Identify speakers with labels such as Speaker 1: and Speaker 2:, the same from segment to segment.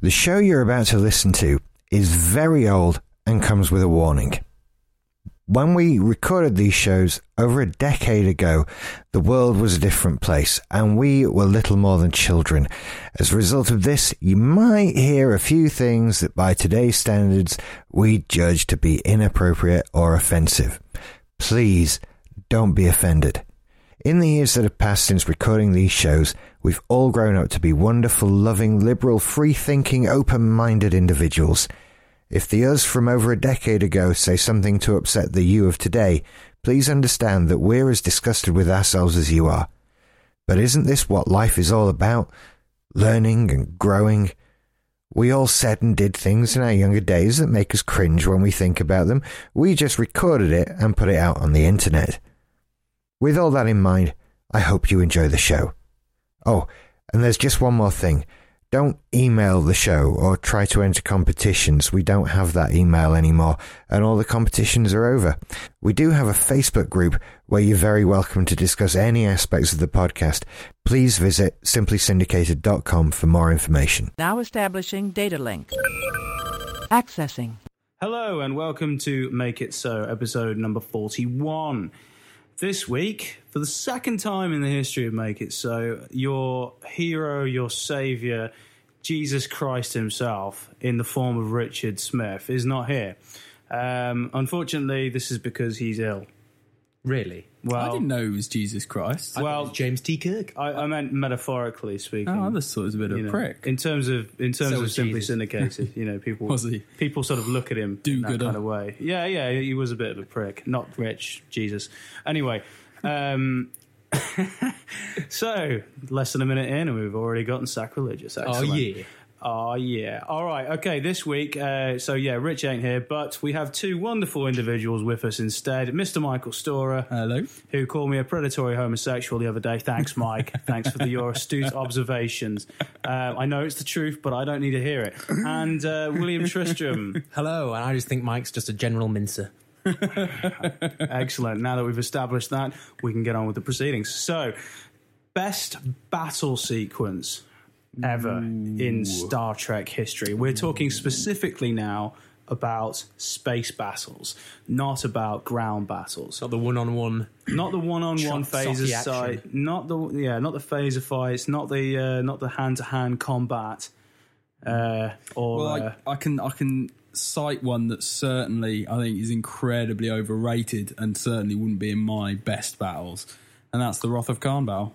Speaker 1: The show you're about to listen to is very old and comes with a warning. When we recorded these shows over a decade ago, the world was a different place and we were little more than children. As a result of this, you might hear a few things that by today's standards we judge to be inappropriate or offensive. Please don't be offended. In the years that have passed since recording these shows, we've all grown up to be wonderful, loving, liberal, free thinking, open minded individuals. If the us from over a decade ago say something to upset the you of today, please understand that we're as disgusted with ourselves as you are. But isn't this what life is all about? Learning and growing. We all said and did things in our younger days that make us cringe when we think about them. We just recorded it and put it out on the internet. With all that in mind, I hope you enjoy the show. Oh, and there's just one more thing. Don't email the show or try to enter competitions. We don't have that email anymore, and all the competitions are over. We do have a Facebook group where you're very welcome to discuss any aspects of the podcast. Please visit simplysyndicated.com for more information.
Speaker 2: Now establishing data link. Accessing.
Speaker 3: Hello and welcome to Make It So, episode number 41. This week, for the second time in the history of Make It So, your hero, your savior, Jesus Christ himself, in the form of Richard Smith, is not here. Um, unfortunately, this is because he's ill.
Speaker 4: Really?
Speaker 3: Well,
Speaker 4: I didn't know it was Jesus Christ.
Speaker 3: Well-
Speaker 4: It's James T. Kirk.
Speaker 5: Oh,
Speaker 3: I, I meant metaphorically speaking.
Speaker 4: Oh, I just thought it was a bit of
Speaker 3: you
Speaker 4: a
Speaker 3: know,
Speaker 4: prick.
Speaker 3: in terms of in terms
Speaker 4: So
Speaker 3: of
Speaker 4: was
Speaker 3: simply
Speaker 4: Jesus.
Speaker 3: syndicated. You know, people
Speaker 4: Was he?
Speaker 3: people sort of look at him in that
Speaker 4: Do-gooder.
Speaker 3: kind of way. Yeah, yeah, he was a bit of a prick. Not rich, Jesus. Anyway, um, so less than a minute in, and we've already gotten sacrilegious.
Speaker 4: oh
Speaker 3: Excellent.
Speaker 4: yeah.
Speaker 3: Oh yeah. All right. Okay. This week, uh, so yeah, Rich ain't here, but we have two wonderful individuals with us instead. Mr. Michael Storer
Speaker 4: Hello.
Speaker 3: who called me a predatory homosexual the other day. Thanks, Mike. Thanks for the, your astute observations. Uh, I know it's the truth, but I don't need to hear it. And uh, William Tristram,
Speaker 5: Hello, and I just think Mike's just a general mincer.
Speaker 3: excellent. Now that we've established that, we can get on with the proceedings. So, best battle sequence ever in Star Trek history. We're talking specifically now about space battles, not about ground battles.
Speaker 5: Not the one-on-one.
Speaker 3: not the one-on-one
Speaker 5: Shot-
Speaker 3: phaser
Speaker 5: socky action.
Speaker 3: side, not the yeah, not the phaser fights, not the uh, not the hand-to-hand combat, uh, or
Speaker 4: Well,
Speaker 3: uh,
Speaker 4: I, I can I can cite one that certainly I think is incredibly overrated and certainly wouldn't be in my best battles, and that's the Wrath of Khan battle.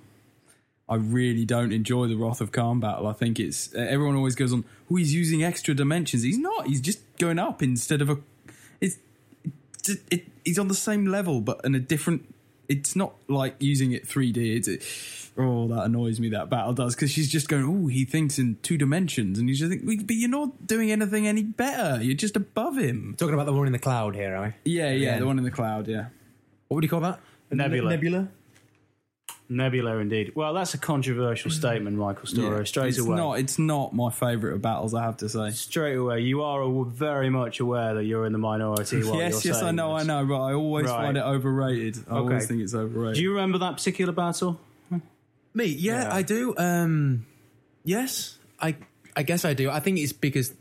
Speaker 4: I really don't enjoy the Wrath of Khan battle. I think it's everyone always goes on. Oh, he's using extra dimensions. He's not. He's just going up instead of a. It's it, it, he's on the same level but in a different it's not like using it 3d it's it, oh that annoys me that battle does because she's just going oh he thinks in two dimensions and you just think but you're not doing anything any better you're just above him
Speaker 5: Talking about the one in the cloud here, are we?
Speaker 4: yeah yeah the one in the cloud yeah
Speaker 5: What would you call that?
Speaker 3: Nebula.
Speaker 5: Nebula.
Speaker 3: Nebula, indeed. Well, that's a controversial statement, Michael Storer.
Speaker 4: Mm. Yeah.
Speaker 3: Straight
Speaker 4: it's
Speaker 3: away,
Speaker 4: not it's not my favorite of battles i have to say
Speaker 3: straight away, you are aw- very much aware that you're in the minority. While
Speaker 4: yes
Speaker 3: you're
Speaker 4: yes i
Speaker 3: saying
Speaker 4: know
Speaker 3: this.
Speaker 4: i know but i always
Speaker 3: Right.
Speaker 4: find it overrated i
Speaker 3: Okay.
Speaker 4: always think it's overrated
Speaker 3: Do you remember that particular battle?
Speaker 5: Me? Yeah, I do. Um, yes, I. I guess I do. I think it's because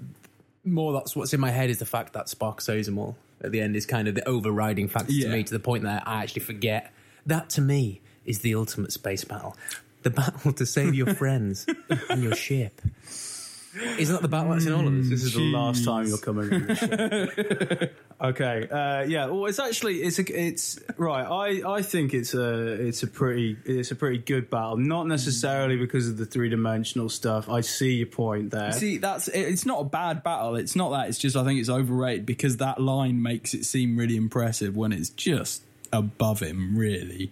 Speaker 5: more that's what's in my head is the fact that Spock says them all at the end is kind of the overriding factor
Speaker 4: Yeah.
Speaker 5: to me to the point that I actually forget that to me is the ultimate space battle, the battle to save your friends and your ship. Isn't that the battle that's in all of us?
Speaker 3: This is the last time you're coming. on the show. okay. Uh, yeah. Well, it's actually it's a, it's right. I, I think it's a it's a pretty it's a pretty good battle. Not necessarily because of the three dimensional stuff. I see your point there.
Speaker 4: See, that's it- it's not a bad battle. It's not that. It's just I think it's overrated because that line makes it seem really impressive when it's just above him. Really,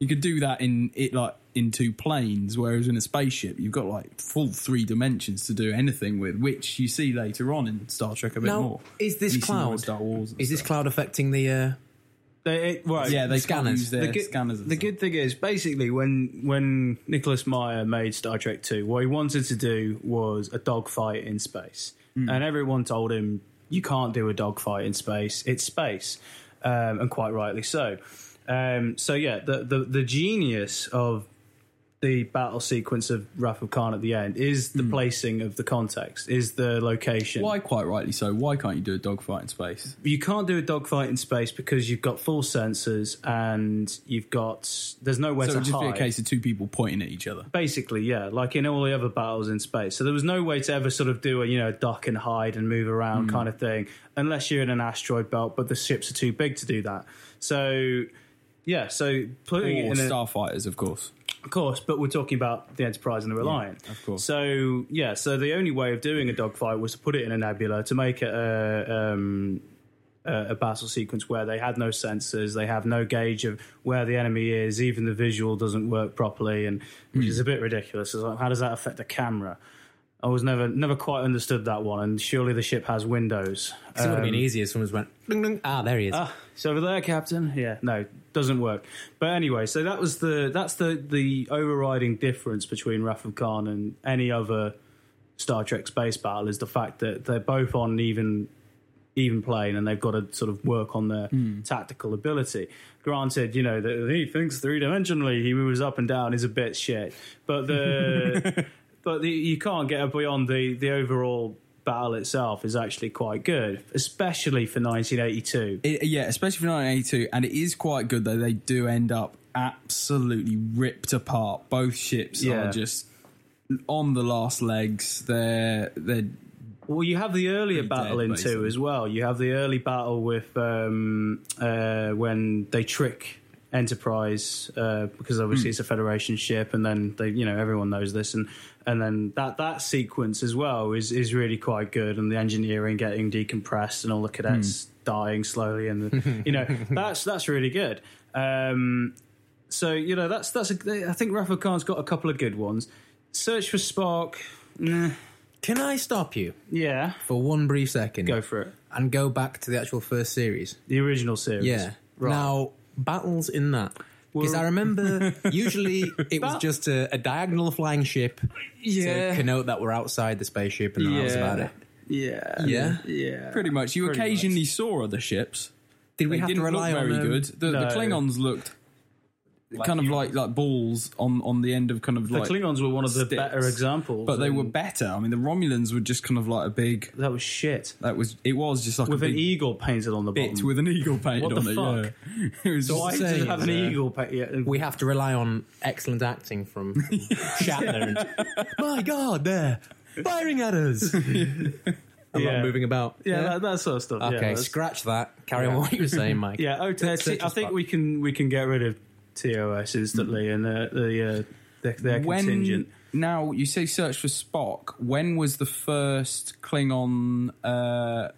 Speaker 4: you could do that in it like in two planes, whereas in a spaceship you've got like full three dimensions to do anything with, which you see later on in Star Trek a bit
Speaker 5: Now,
Speaker 4: more.
Speaker 5: is
Speaker 4: You
Speaker 5: this
Speaker 4: see more in
Speaker 5: cloud?
Speaker 4: Star Wars? and
Speaker 5: Is this
Speaker 4: stuff.
Speaker 5: cloud affecting the? Uh,
Speaker 3: They- it- right.
Speaker 4: Yeah, they can't
Speaker 5: Scanners.
Speaker 4: use their
Speaker 3: The good,
Speaker 4: scanners. and
Speaker 3: the
Speaker 4: stuff.
Speaker 3: good thing is, basically, when when Nicholas Meyer made Star Trek Two, what he wanted to do was a dogfight in space,
Speaker 4: Hmm.
Speaker 3: and everyone told him you can't do a dogfight in space; it's space, um, and quite rightly so. Um, so yeah, the, the the genius of the battle sequence of Wrath of Khan at the end is the placing of the context, is the location.
Speaker 4: Hmm. Why, quite rightly so, why can't you do a dogfight in space?
Speaker 3: You can't do a dogfight in space because you've got full sensors and you've got there's nowhere
Speaker 4: So it
Speaker 3: to
Speaker 4: would just be
Speaker 3: hide.
Speaker 4: a case of two people pointing at each other.
Speaker 3: Basically, yeah, like in all the other battles in space. So there was no way to ever sort of do a you know duck and hide and move around kind of thing, unless you're in an asteroid belt. But the ships are too big to do that. So yeah, so
Speaker 4: Or
Speaker 3: putting it in a,
Speaker 4: starfighters, of course.
Speaker 3: Of course, but we're talking about the Enterprise and the Reliant.
Speaker 4: of course.
Speaker 3: So yeah, so the only way of doing a dogfight was to put it in a nebula to make it a, um, a a battle sequence where they had no sensors, they have no gauge of where the enemy is, even the visual doesn't work properly, and which is a
Speaker 4: Hmm.
Speaker 3: bit ridiculous. It's like, how does that affect the camera? I was never never quite understood that one, and surely the ship has windows.
Speaker 5: it would have been easier if someone's went, "Ding, ding." ah, there he is.
Speaker 3: Um, Ah, it's over there, Captain. Yeah, no, doesn't work. But anyway, so that was the that's the the overriding difference between Wrath of Khan and any other Star Trek space battle is the fact that they're both on an even even plane and they've got to sort of work on their tactical ability. Granted, you know that he thinks three dimensionally, he moves up and down, is a bit shit, but the but the, you can't get beyond the the overall. Battle itself is actually quite good, especially for 1982.
Speaker 4: It, yeah, especially for 1982, and it is quite good though. They do end up absolutely ripped apart. Both ships
Speaker 3: Yeah.
Speaker 4: are just on the last legs. They're they're
Speaker 3: Well, you have the earlier
Speaker 4: Pretty
Speaker 3: battle
Speaker 4: dead,
Speaker 3: in two
Speaker 4: basically.
Speaker 3: as well. You have the early battle with um, uh, when they trick Enterprise uh, because
Speaker 4: Hmm.
Speaker 3: obviously it's a Federation ship, and then they, you know, everyone knows this, and and then that that sequence as well is is really quite good, and the engineering getting decompressed, and all the cadets
Speaker 4: Hmm.
Speaker 3: dying slowly, and the, you know, that's that's really good. Um, so you know, that's that's a, I think Rafa Khan's got a couple of good ones. Search for Spark. Nah,
Speaker 5: Can I stop you
Speaker 3: yeah,
Speaker 5: for one brief second
Speaker 3: go for it.
Speaker 5: and go back to the actual first series?
Speaker 3: The original series.
Speaker 5: Yeah.
Speaker 3: Right.
Speaker 5: Now battles in that because
Speaker 3: Were-
Speaker 5: I remember usually it was just a, a diagonal flying ship
Speaker 3: Yeah.
Speaker 5: to connote that we're outside the spaceship and that was
Speaker 3: Yeah.
Speaker 5: about it.
Speaker 3: yeah.
Speaker 5: Yeah.
Speaker 3: Yeah.
Speaker 4: pretty much. You
Speaker 3: Pretty
Speaker 4: occasionally saw other ships.
Speaker 5: Did we
Speaker 4: They
Speaker 5: have
Speaker 4: didn't
Speaker 5: to rely
Speaker 4: look
Speaker 5: on
Speaker 4: very
Speaker 5: um,
Speaker 4: good. The, the
Speaker 3: No.
Speaker 4: Klingons looked kind of like like balls on on the end of kind of
Speaker 3: The
Speaker 4: like
Speaker 3: Klingons were one of the
Speaker 4: sticks.
Speaker 3: better examples.
Speaker 4: but they
Speaker 3: and
Speaker 4: were better. I mean, the Romulans were just kind of like a big.
Speaker 3: That was shit.
Speaker 4: That was it was just like
Speaker 3: With
Speaker 4: a
Speaker 3: an
Speaker 4: big
Speaker 3: eagle painted on the
Speaker 4: bit
Speaker 3: bottom.
Speaker 4: with an eagle painted
Speaker 3: What the
Speaker 4: on it.
Speaker 3: fuck?
Speaker 4: Yeah, it was
Speaker 3: Why
Speaker 4: just-
Speaker 3: does it
Speaker 5: saying,
Speaker 3: have an
Speaker 5: yeah.
Speaker 3: eagle painted? Yeah.
Speaker 5: We have to rely on excellent acting from Shatner. and, My God, they're firing at us. I'm
Speaker 3: Yeah.
Speaker 5: not moving about.
Speaker 3: yeah, That, that sort of stuff. yeah,
Speaker 5: okay,
Speaker 3: that's-
Speaker 5: scratch that. Carry on what you were saying, Mike.
Speaker 3: Yeah, oh, t-
Speaker 5: Let's
Speaker 3: t-
Speaker 5: search
Speaker 3: I
Speaker 5: this
Speaker 3: think
Speaker 5: back.
Speaker 3: we can we can get rid of TOS instantly
Speaker 4: Mm.
Speaker 3: and uh, the uh, their, their contingent.
Speaker 4: Now you say search for Spock. When was the first Klingon uh,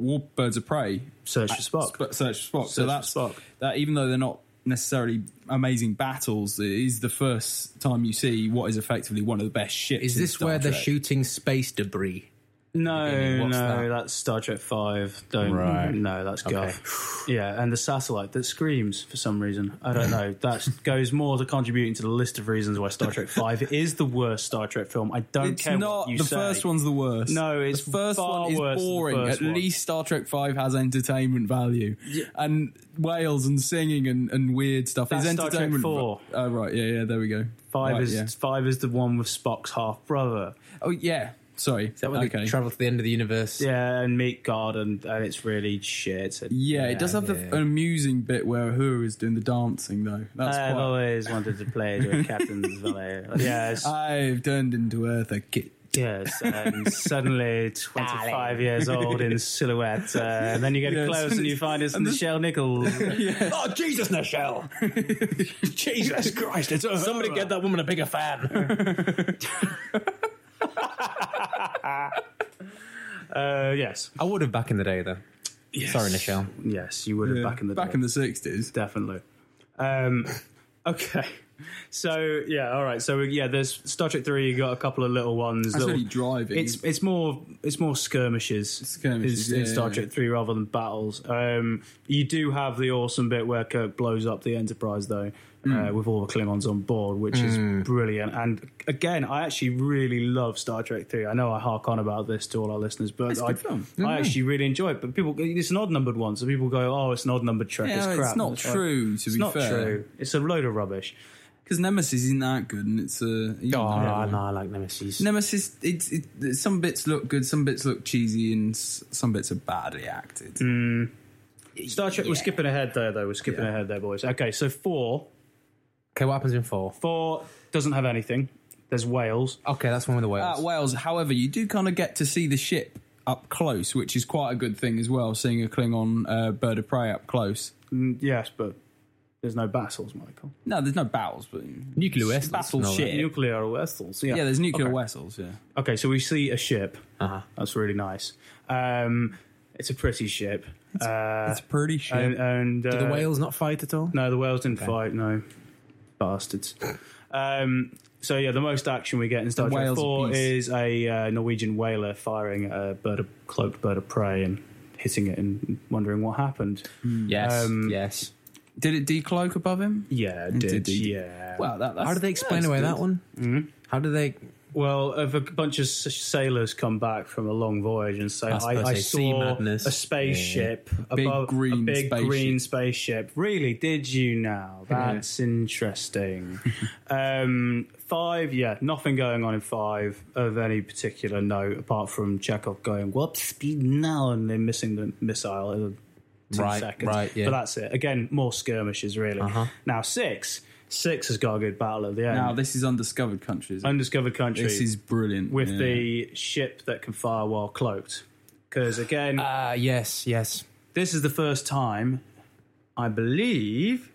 Speaker 4: Warbirds of Prey?
Speaker 3: Search for Spock.
Speaker 4: Sp- search for
Speaker 3: Search
Speaker 4: Spock.
Speaker 3: for
Speaker 4: so that's
Speaker 3: Spock.
Speaker 4: that. Even though they're not necessarily amazing battles, it is the first time you see what is effectively one of the best ships.
Speaker 5: Is
Speaker 4: in
Speaker 5: this
Speaker 4: Star
Speaker 5: where they're
Speaker 4: Trek.
Speaker 5: shooting space debris?
Speaker 3: No, no,
Speaker 5: What's that?
Speaker 3: that's Star Trek Five. Don't
Speaker 5: Right.
Speaker 3: no, that's
Speaker 5: Okay.
Speaker 3: Gov. Yeah, and the satellite that screams for some reason. I don't know. That goes more to contributing to the list of reasons why Star Trek Five is the worst Star Trek film. I don't
Speaker 4: It's
Speaker 3: care
Speaker 4: not
Speaker 3: what you
Speaker 4: the
Speaker 3: say.
Speaker 4: first one's the worst.
Speaker 3: No, it's
Speaker 4: the first
Speaker 3: far
Speaker 4: one is
Speaker 3: worse than the
Speaker 4: boring.
Speaker 3: first
Speaker 4: At
Speaker 3: one.
Speaker 4: least Star Trek Five has entertainment value, and whales and singing and, and weird stuff
Speaker 3: That's
Speaker 4: is
Speaker 3: Star Trek
Speaker 4: entertainment.
Speaker 3: four.
Speaker 4: Oh right, yeah, yeah. There we go.
Speaker 3: Five
Speaker 4: Right,
Speaker 3: is
Speaker 4: yeah.
Speaker 3: Five is the one with Spock's half brother.
Speaker 4: Oh yeah. Sorry.
Speaker 5: Is that where
Speaker 4: okay.
Speaker 5: they travel to the end of the universe?
Speaker 3: Yeah, and meet God, and, and it's really shit. And,
Speaker 4: yeah, it does have the, an amusing bit where Uhura is doing the dancing though. That's
Speaker 3: I've
Speaker 4: quite.
Speaker 3: always wanted to play the captain's valet. Yes,
Speaker 4: I've turned into Earth a kid.
Speaker 3: Yes, and suddenly 25 years old in silhouette, uh, and then you get
Speaker 4: Yes.
Speaker 3: close and you find it's Michelle Nichols.
Speaker 5: Oh Jesus, Nichelle! Jesus Christ! It's Somebody get that woman a bigger fan.
Speaker 4: Oh,
Speaker 3: Uh, yes,
Speaker 5: I would have back in the day, though. Sorry, Nichelle.
Speaker 3: yes, you would have
Speaker 4: Yeah,
Speaker 3: back in the
Speaker 4: back
Speaker 3: day.
Speaker 4: in the sixties.
Speaker 3: definitely. Um, okay, so yeah, all right. So yeah, there's Star Trek Three. You got a couple of little ones.
Speaker 4: That's
Speaker 3: little-
Speaker 4: really driving.
Speaker 3: It's it's more it's more skirmishes,
Speaker 4: Skirmishes,
Speaker 3: in, in
Speaker 4: yeah,
Speaker 3: Star
Speaker 4: yeah.
Speaker 3: Trek Three rather than battles. Um, you do have the awesome bit where Kirk blows up the Enterprise though,
Speaker 4: Hmm.
Speaker 3: uh, with all the Klingons on board, which is brilliant. And again, I actually really love Star Trek Three. I know I hark on about this to all our listeners, but
Speaker 4: a
Speaker 3: I,
Speaker 4: good film.
Speaker 3: I actually really enjoy it. But people, it's an odd numbered one, so people go, "Oh, it's an odd numbered Trek."
Speaker 4: Yeah,
Speaker 3: it's
Speaker 4: it's
Speaker 3: crap.
Speaker 4: not
Speaker 3: like,
Speaker 4: true, to
Speaker 3: it's
Speaker 4: be
Speaker 3: not
Speaker 4: fair.
Speaker 3: true. It's a load of rubbish.
Speaker 4: because Nemesis isn't that good, and it's uh, a you
Speaker 5: Oh,
Speaker 4: know.
Speaker 3: Um,
Speaker 5: no, I like Nemesis.
Speaker 4: Nemesis. It's it, it- some bits look good, some bits look cheesy, and s- some bits are badly acted.
Speaker 3: Star Trek. We're skipping ahead there, though. We're skipping ahead there, boys. Okay, so four.
Speaker 5: Okay, what happens in four?
Speaker 3: Four doesn't have anything. There's whales.
Speaker 5: Okay, that's one with the whales.
Speaker 4: At Wales, however, you do kind of get to see the ship up close, which is quite a good thing as well. Seeing a Klingon uh, bird of prey up close.
Speaker 3: Mm, yes, but there's no battles, Michael.
Speaker 4: No, there's no battles, but
Speaker 5: Nuclear vessels
Speaker 4: battle
Speaker 5: and all
Speaker 4: ship.
Speaker 3: Nuclear vessels. Yeah.
Speaker 4: yeah, there's nuclear
Speaker 3: Okay.
Speaker 4: vessels. Yeah,
Speaker 3: Okay, so we see a ship.
Speaker 5: Uh-huh.
Speaker 3: That's really nice. Um, it's a pretty ship. uh,
Speaker 4: it's pretty ship.
Speaker 3: and, and,
Speaker 5: Do the
Speaker 3: uh,
Speaker 5: whales not fight at all?
Speaker 3: No, the whales didn't fight. No, bastards. Um, so yeah, the most action we get in Star
Speaker 4: The
Speaker 3: Trek
Speaker 4: whales are
Speaker 3: Four
Speaker 4: beasts.
Speaker 3: is a uh, Norwegian whaler firing at a bird of, cloaked bird of prey and hitting it and wondering what happened.
Speaker 4: Mm-hmm.
Speaker 5: Yes,
Speaker 3: Um,
Speaker 5: yes.
Speaker 4: Did it decloak above him?
Speaker 3: Yeah, it did.
Speaker 4: did, did.
Speaker 3: Yeah.
Speaker 4: Wow, that, that's,
Speaker 5: How do they explain
Speaker 4: that's
Speaker 5: away
Speaker 4: good.
Speaker 5: that one? Mm-hmm. How do they?
Speaker 3: Well, if a bunch of s- sailors come back from a long voyage and say,
Speaker 5: I
Speaker 3: "I,
Speaker 5: suppose
Speaker 3: I
Speaker 5: they see
Speaker 3: saw
Speaker 5: madness."
Speaker 3: a spaceship
Speaker 4: Big
Speaker 3: above a
Speaker 4: green
Speaker 3: big
Speaker 4: spaceship.
Speaker 3: green spaceship." Really? Did you now? That's interesting. um, five, yeah, nothing going on in five of any particular note apart from Chekhov going, "What speed now?" and then missing the missile. in Two
Speaker 5: Right,
Speaker 3: seconds.
Speaker 5: right, yeah. Uh-huh.
Speaker 3: But that's it. Again, more skirmishes, really. Now, six. Six has got a good battle at the end.
Speaker 4: Now this is undiscovered countries.
Speaker 3: Undiscovered country
Speaker 4: This is brilliant
Speaker 3: with
Speaker 4: yeah.
Speaker 3: the ship that can fire while cloaked. Because again,
Speaker 4: Uh,
Speaker 5: Ah, yes, yes.
Speaker 3: this is the first time, I believe,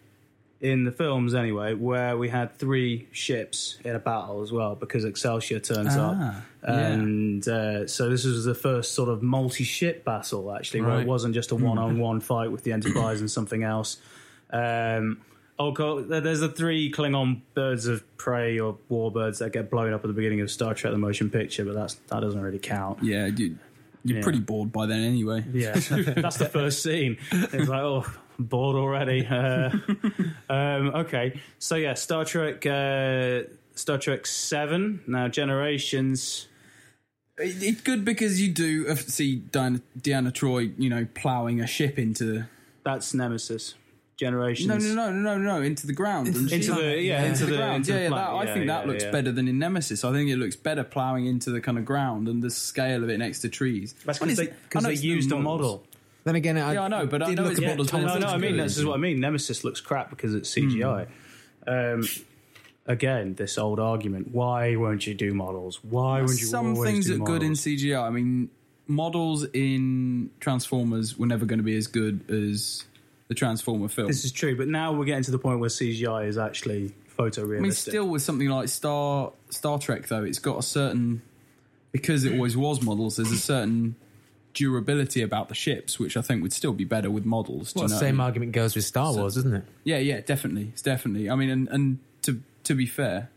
Speaker 3: in the films anyway, where we had three ships in a battle as well. Because Excelsior turns
Speaker 4: Ah,
Speaker 3: up,
Speaker 4: yeah.
Speaker 3: and uh, so this was the first sort of multi-ship battle actually, where
Speaker 5: Right.
Speaker 3: it wasn't just a
Speaker 4: Mm.
Speaker 3: one-on-one fight with the Enterprise and something else. Um, Oh, God, there- there's the three Klingon birds of prey or warbirds that get blown up at the beginning of Star Trek: The Motion Picture, but that's that doesn't really count.
Speaker 4: yeah. Dude, you're
Speaker 3: Yeah.
Speaker 4: pretty bored by then anyway.
Speaker 3: Yeah, that's the first scene. It's like, oh, I'm bored already. Uh, um, okay, so yeah, Star Trek, uh, Star Trek Seven. Now, Generations.
Speaker 4: It, it's good because you do uh, see Diana, Deanna Troy, you know, ploughing a ship into
Speaker 3: That's Nemesis. Generations.
Speaker 4: no, no, no, no, no, no, into the ground. and
Speaker 3: Into
Speaker 4: she-
Speaker 3: the yeah, into the,
Speaker 4: ground.
Speaker 3: into
Speaker 4: yeah,
Speaker 3: the
Speaker 4: yeah,
Speaker 3: planet.
Speaker 4: that, I
Speaker 3: Yeah,
Speaker 4: think
Speaker 3: yeah,
Speaker 4: that looks
Speaker 3: yeah.
Speaker 4: better than in Nemesis. I think it looks better ploughing into the kind of ground and the scale of it next to trees.
Speaker 3: That's
Speaker 4: Well,
Speaker 3: because they,
Speaker 4: it's- I
Speaker 3: 'cause
Speaker 4: know
Speaker 3: they
Speaker 4: it's the
Speaker 3: used a
Speaker 4: models.
Speaker 3: model.
Speaker 5: Then again, I,
Speaker 4: Yeah, I know, but I
Speaker 5: did
Speaker 4: know
Speaker 5: look
Speaker 4: it's
Speaker 5: at
Speaker 3: Yeah,
Speaker 5: models,
Speaker 4: models, Hmm.
Speaker 5: but
Speaker 4: but
Speaker 3: no,
Speaker 5: it's
Speaker 3: no,
Speaker 5: not
Speaker 3: I mean
Speaker 5: good.
Speaker 3: this is what I mean. Nemesis looks crap because it's CGI. Um, again, this old argument: Why won't you do models? Why won't you?
Speaker 4: Some
Speaker 3: always
Speaker 4: things
Speaker 3: do
Speaker 4: are good in
Speaker 3: models?
Speaker 4: CGI. I mean, models in Transformers were never going to be as good as the Transformer film.
Speaker 3: This is true, but now we're getting to the point where CGI is actually photorealistic.
Speaker 4: I mean, still with something like Star Star Trek, though, it's got a certain because it always was models. There's a certain durability about the ships, which I think would still be better with models. do
Speaker 5: Well,
Speaker 4: you know what I
Speaker 5: same
Speaker 4: mean?
Speaker 5: argument goes with Star Wars, isn't it?
Speaker 4: Yeah, yeah, definitely, it's definitely. I mean, and, and to to be fair,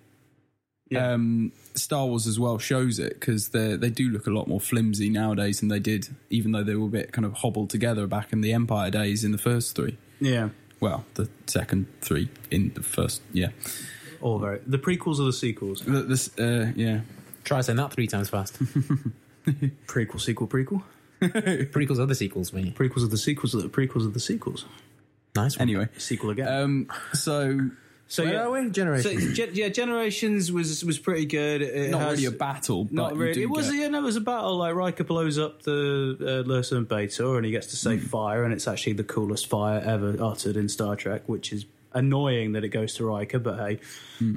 Speaker 3: Yeah.
Speaker 4: um, Star Wars as well shows it because they they do look a lot more flimsy nowadays than they did, even though they were a bit kind of hobbled together back in the Empire days in the first three.
Speaker 3: yeah,
Speaker 4: Well, the second three in the first, yeah,
Speaker 3: all very the prequels or the sequels?
Speaker 4: The- this, uh, yeah.
Speaker 5: Try saying that three times fast.
Speaker 3: Prequel, sequel, prequel.
Speaker 5: Prequels are the sequels, me.
Speaker 3: Prequels of the sequels of the prequels of the sequels.
Speaker 5: Nice one.
Speaker 4: Anyway,
Speaker 3: Sequel again.
Speaker 4: um, so
Speaker 3: so
Speaker 5: Where
Speaker 3: yeah,
Speaker 5: are we? Generations.
Speaker 3: So, gen- yeah, generations was was pretty good. It
Speaker 4: not
Speaker 3: has-
Speaker 4: really a battle, but
Speaker 3: Not
Speaker 4: you
Speaker 3: really.
Speaker 4: do
Speaker 3: It was
Speaker 4: get-
Speaker 3: yeah, no, it was a battle. Like Riker blows up the uh, Lursa and Beta, and he gets to say fire, and it's actually the coolest fire ever uttered in Star Trek, which is annoying that it goes to Riker. But hey,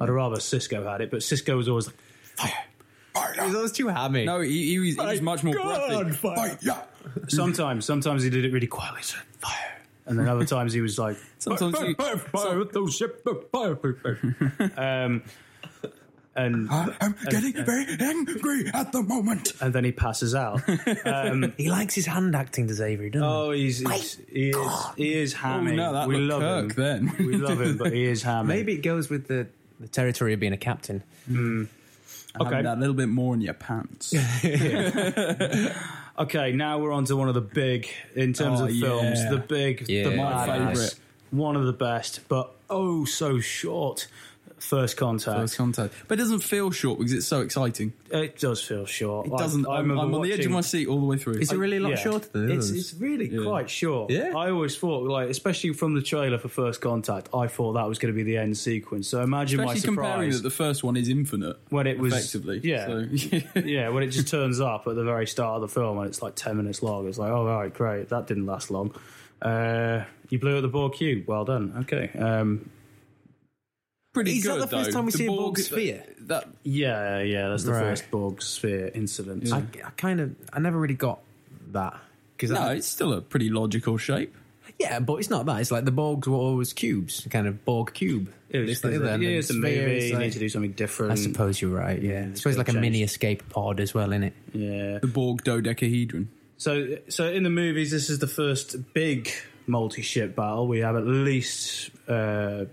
Speaker 3: I'd rather Cisco had it. But Cisco was always like,
Speaker 5: That was too hammy.
Speaker 4: no. He, he was, he was much more breathy.
Speaker 3: sometimes, sometimes he did it really quietly, so fire, and then other times he was like,
Speaker 4: Sometimes you- so-
Speaker 3: um, and
Speaker 4: I'm getting very angry at the moment.
Speaker 3: and then he passes out.
Speaker 5: He likes his hand acting to Xavier, doesn't
Speaker 3: Oh, he's, he's he is he is hammy.
Speaker 4: no, Oh, that
Speaker 3: we
Speaker 4: looked
Speaker 3: love
Speaker 4: Kirk
Speaker 3: him.
Speaker 4: then.
Speaker 3: we love him, but he is hammy.
Speaker 5: Maybe it goes with the, the territory of being a captain.
Speaker 3: Um,
Speaker 4: Having that little bit more in your pants.
Speaker 3: Okay, now we're on to one of the big, in terms
Speaker 4: Oh,
Speaker 3: of films,
Speaker 4: yeah.
Speaker 3: the big,
Speaker 5: Yeah.
Speaker 3: the
Speaker 5: My
Speaker 3: badass,
Speaker 4: favourite.
Speaker 3: one of the best, but oh so short First contact.
Speaker 4: First contact, but it doesn't feel short because it's so exciting.
Speaker 3: It does feel short.
Speaker 4: It doesn't. I'm, I'm, on the edge of my seat all the way through.
Speaker 5: Is it really a lot shorter than the
Speaker 3: it's,
Speaker 5: others?
Speaker 3: it's really quite short.
Speaker 5: Yeah.
Speaker 3: I always thought, like, especially from the trailer for First Contact, I thought that was going to be the end sequence. So imagine
Speaker 4: Especially
Speaker 3: my
Speaker 4: comparing
Speaker 3: surprise
Speaker 4: that the first one is infinite
Speaker 3: when it was
Speaker 4: effectively.
Speaker 3: yeah,
Speaker 4: So,
Speaker 3: yeah, when it just turns up at the very start of the film and it's like ten minutes long. It's like, oh, all right, great, that didn't last long. Uh, you blew up the Borg cube. Well done. Okay. Um,
Speaker 4: pretty
Speaker 5: Is that
Speaker 4: good.
Speaker 5: the first
Speaker 4: though.
Speaker 5: time we
Speaker 4: The
Speaker 5: see a Borg
Speaker 4: Borg
Speaker 5: sphere?
Speaker 4: That
Speaker 3: yeah, yeah, that's the
Speaker 5: Right.
Speaker 3: first Borg sphere incident.
Speaker 5: I, I kind of, I never really got that because
Speaker 4: no, it's still a pretty logical shape.
Speaker 5: yeah, but it's not that. It's like the Borgs were always cubes, kind of Borg cube.
Speaker 3: It was
Speaker 5: It's
Speaker 3: just,
Speaker 5: like that,
Speaker 3: yeah,
Speaker 5: and then
Speaker 3: it's a
Speaker 5: sphere
Speaker 3: movie.
Speaker 5: is
Speaker 3: You
Speaker 5: like-
Speaker 3: need to do something different.
Speaker 5: I suppose you're right. Yeah, I suppose
Speaker 3: gotta
Speaker 5: like a
Speaker 3: change.
Speaker 5: mini escape pod as well, in it.
Speaker 3: Yeah.
Speaker 4: The Borg dodecahedron.
Speaker 3: So, so in the movies, this is the first big multi-ship battle. We have at least uh,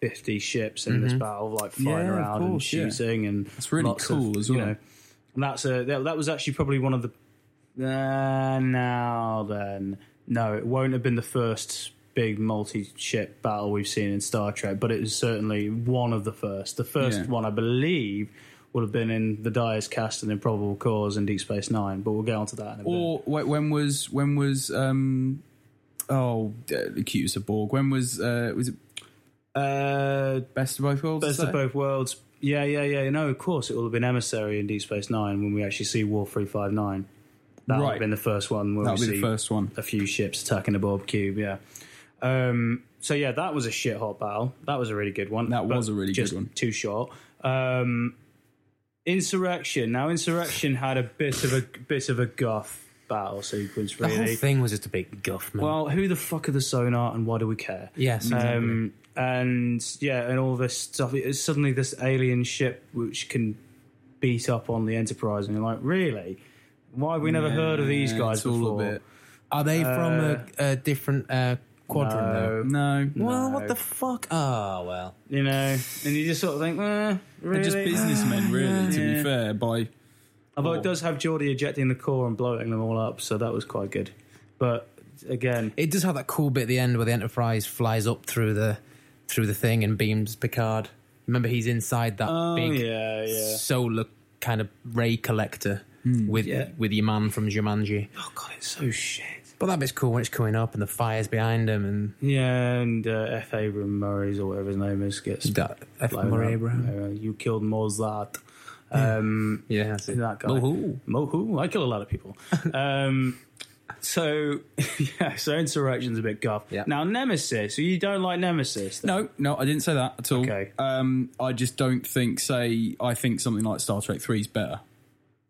Speaker 3: fifty ships in this battle, like flying
Speaker 4: Mm-hmm. Yeah, of
Speaker 3: around and
Speaker 4: course, yeah.
Speaker 3: shooting, and
Speaker 4: That's really
Speaker 3: lots
Speaker 4: cool
Speaker 3: of,
Speaker 4: as
Speaker 3: you
Speaker 4: well.
Speaker 3: know, and that's a that, that was actually probably one of the. Uh, now then, no, it won't have been the first big multi-ship battle we've seen in Star Trek, but it was certainly one of the first. The first
Speaker 4: Yeah.
Speaker 3: one, I believe. Would have been in the Dyer's cast and Improbable Cause and Deep Space Nine, but we'll get onto that in a bit.
Speaker 4: Or wh- when was when was um oh uh, the cutest of Borg? When was uh was it
Speaker 3: Uh,
Speaker 4: Best of Both Worlds?
Speaker 3: best
Speaker 4: Say?
Speaker 3: of both worlds. Yeah, yeah, yeah. No, of course it will have been Emissary in Deep Space Nine when we actually see War three five nine. That would
Speaker 4: Right.
Speaker 3: have been the first one where
Speaker 4: That
Speaker 3: we
Speaker 4: would be
Speaker 3: see
Speaker 4: the first one.
Speaker 3: a few ships attacking the Bob Cube. Yeah. Um, so yeah, that was a shit hot battle. That was a really good one.
Speaker 4: That
Speaker 3: but
Speaker 4: was a really good
Speaker 3: just
Speaker 4: one.
Speaker 3: Too short. Um, Insurrection. Now Insurrection had a bit of a bit of a guff battle sequence.
Speaker 5: The
Speaker 3: Really.
Speaker 5: whole thing was just a big guff, man.
Speaker 3: Well, who the fuck are the sonar and why do we care?
Speaker 5: Yes,
Speaker 3: Um, and yeah, and all this stuff. It's suddenly this alien ship which can beat up on the Enterprise, and you're like, really? Why have we never heard of these
Speaker 4: Yeah,
Speaker 3: guys
Speaker 4: it's all a
Speaker 3: before?
Speaker 4: bit-
Speaker 5: Are they from a, a different uh, quadrant? though?
Speaker 4: No,
Speaker 5: Well,
Speaker 3: No.
Speaker 5: what the fuck? Oh well.
Speaker 3: You know, and you just sort of think, eh,
Speaker 4: they're
Speaker 3: really?
Speaker 4: just businessmen, really. To be
Speaker 3: Yeah.
Speaker 4: fair, by
Speaker 3: Although it does have Geordie ejecting the core and blowing them all up, so that was quite good. But again,
Speaker 5: It does have that cool bit at the end where the Enterprise flies up through the through the thing and beams Picard. Remember, he's inside that
Speaker 3: oh
Speaker 5: big
Speaker 3: yeah, yeah. Hmm,
Speaker 5: solar kind of ray collector with
Speaker 3: Yeah.
Speaker 5: with your man from Jumanji.
Speaker 3: Oh god, it's so shit.
Speaker 5: But that bit's cool when it's coming up and the fire's behind him and
Speaker 3: Yeah, and uh, F. Abram Murray's or whatever his name is gets
Speaker 5: that F.
Speaker 3: blown
Speaker 5: Murray
Speaker 3: up.
Speaker 5: Abraham.
Speaker 3: Uh, you killed Mozart. Um,
Speaker 5: Yeah, that's it.
Speaker 3: That guy.
Speaker 5: Mo-hoo.
Speaker 3: Mohu. I kill a lot of people. um, so yeah, so insurrection's a bit guff.
Speaker 5: Yeah.
Speaker 3: Now Nemesis. So you don't like Nemesis? Then?
Speaker 4: no, no, I didn't say that at all.
Speaker 3: Okay.
Speaker 4: Um, I just don't think. Say, I think something like Star Trek Three is better.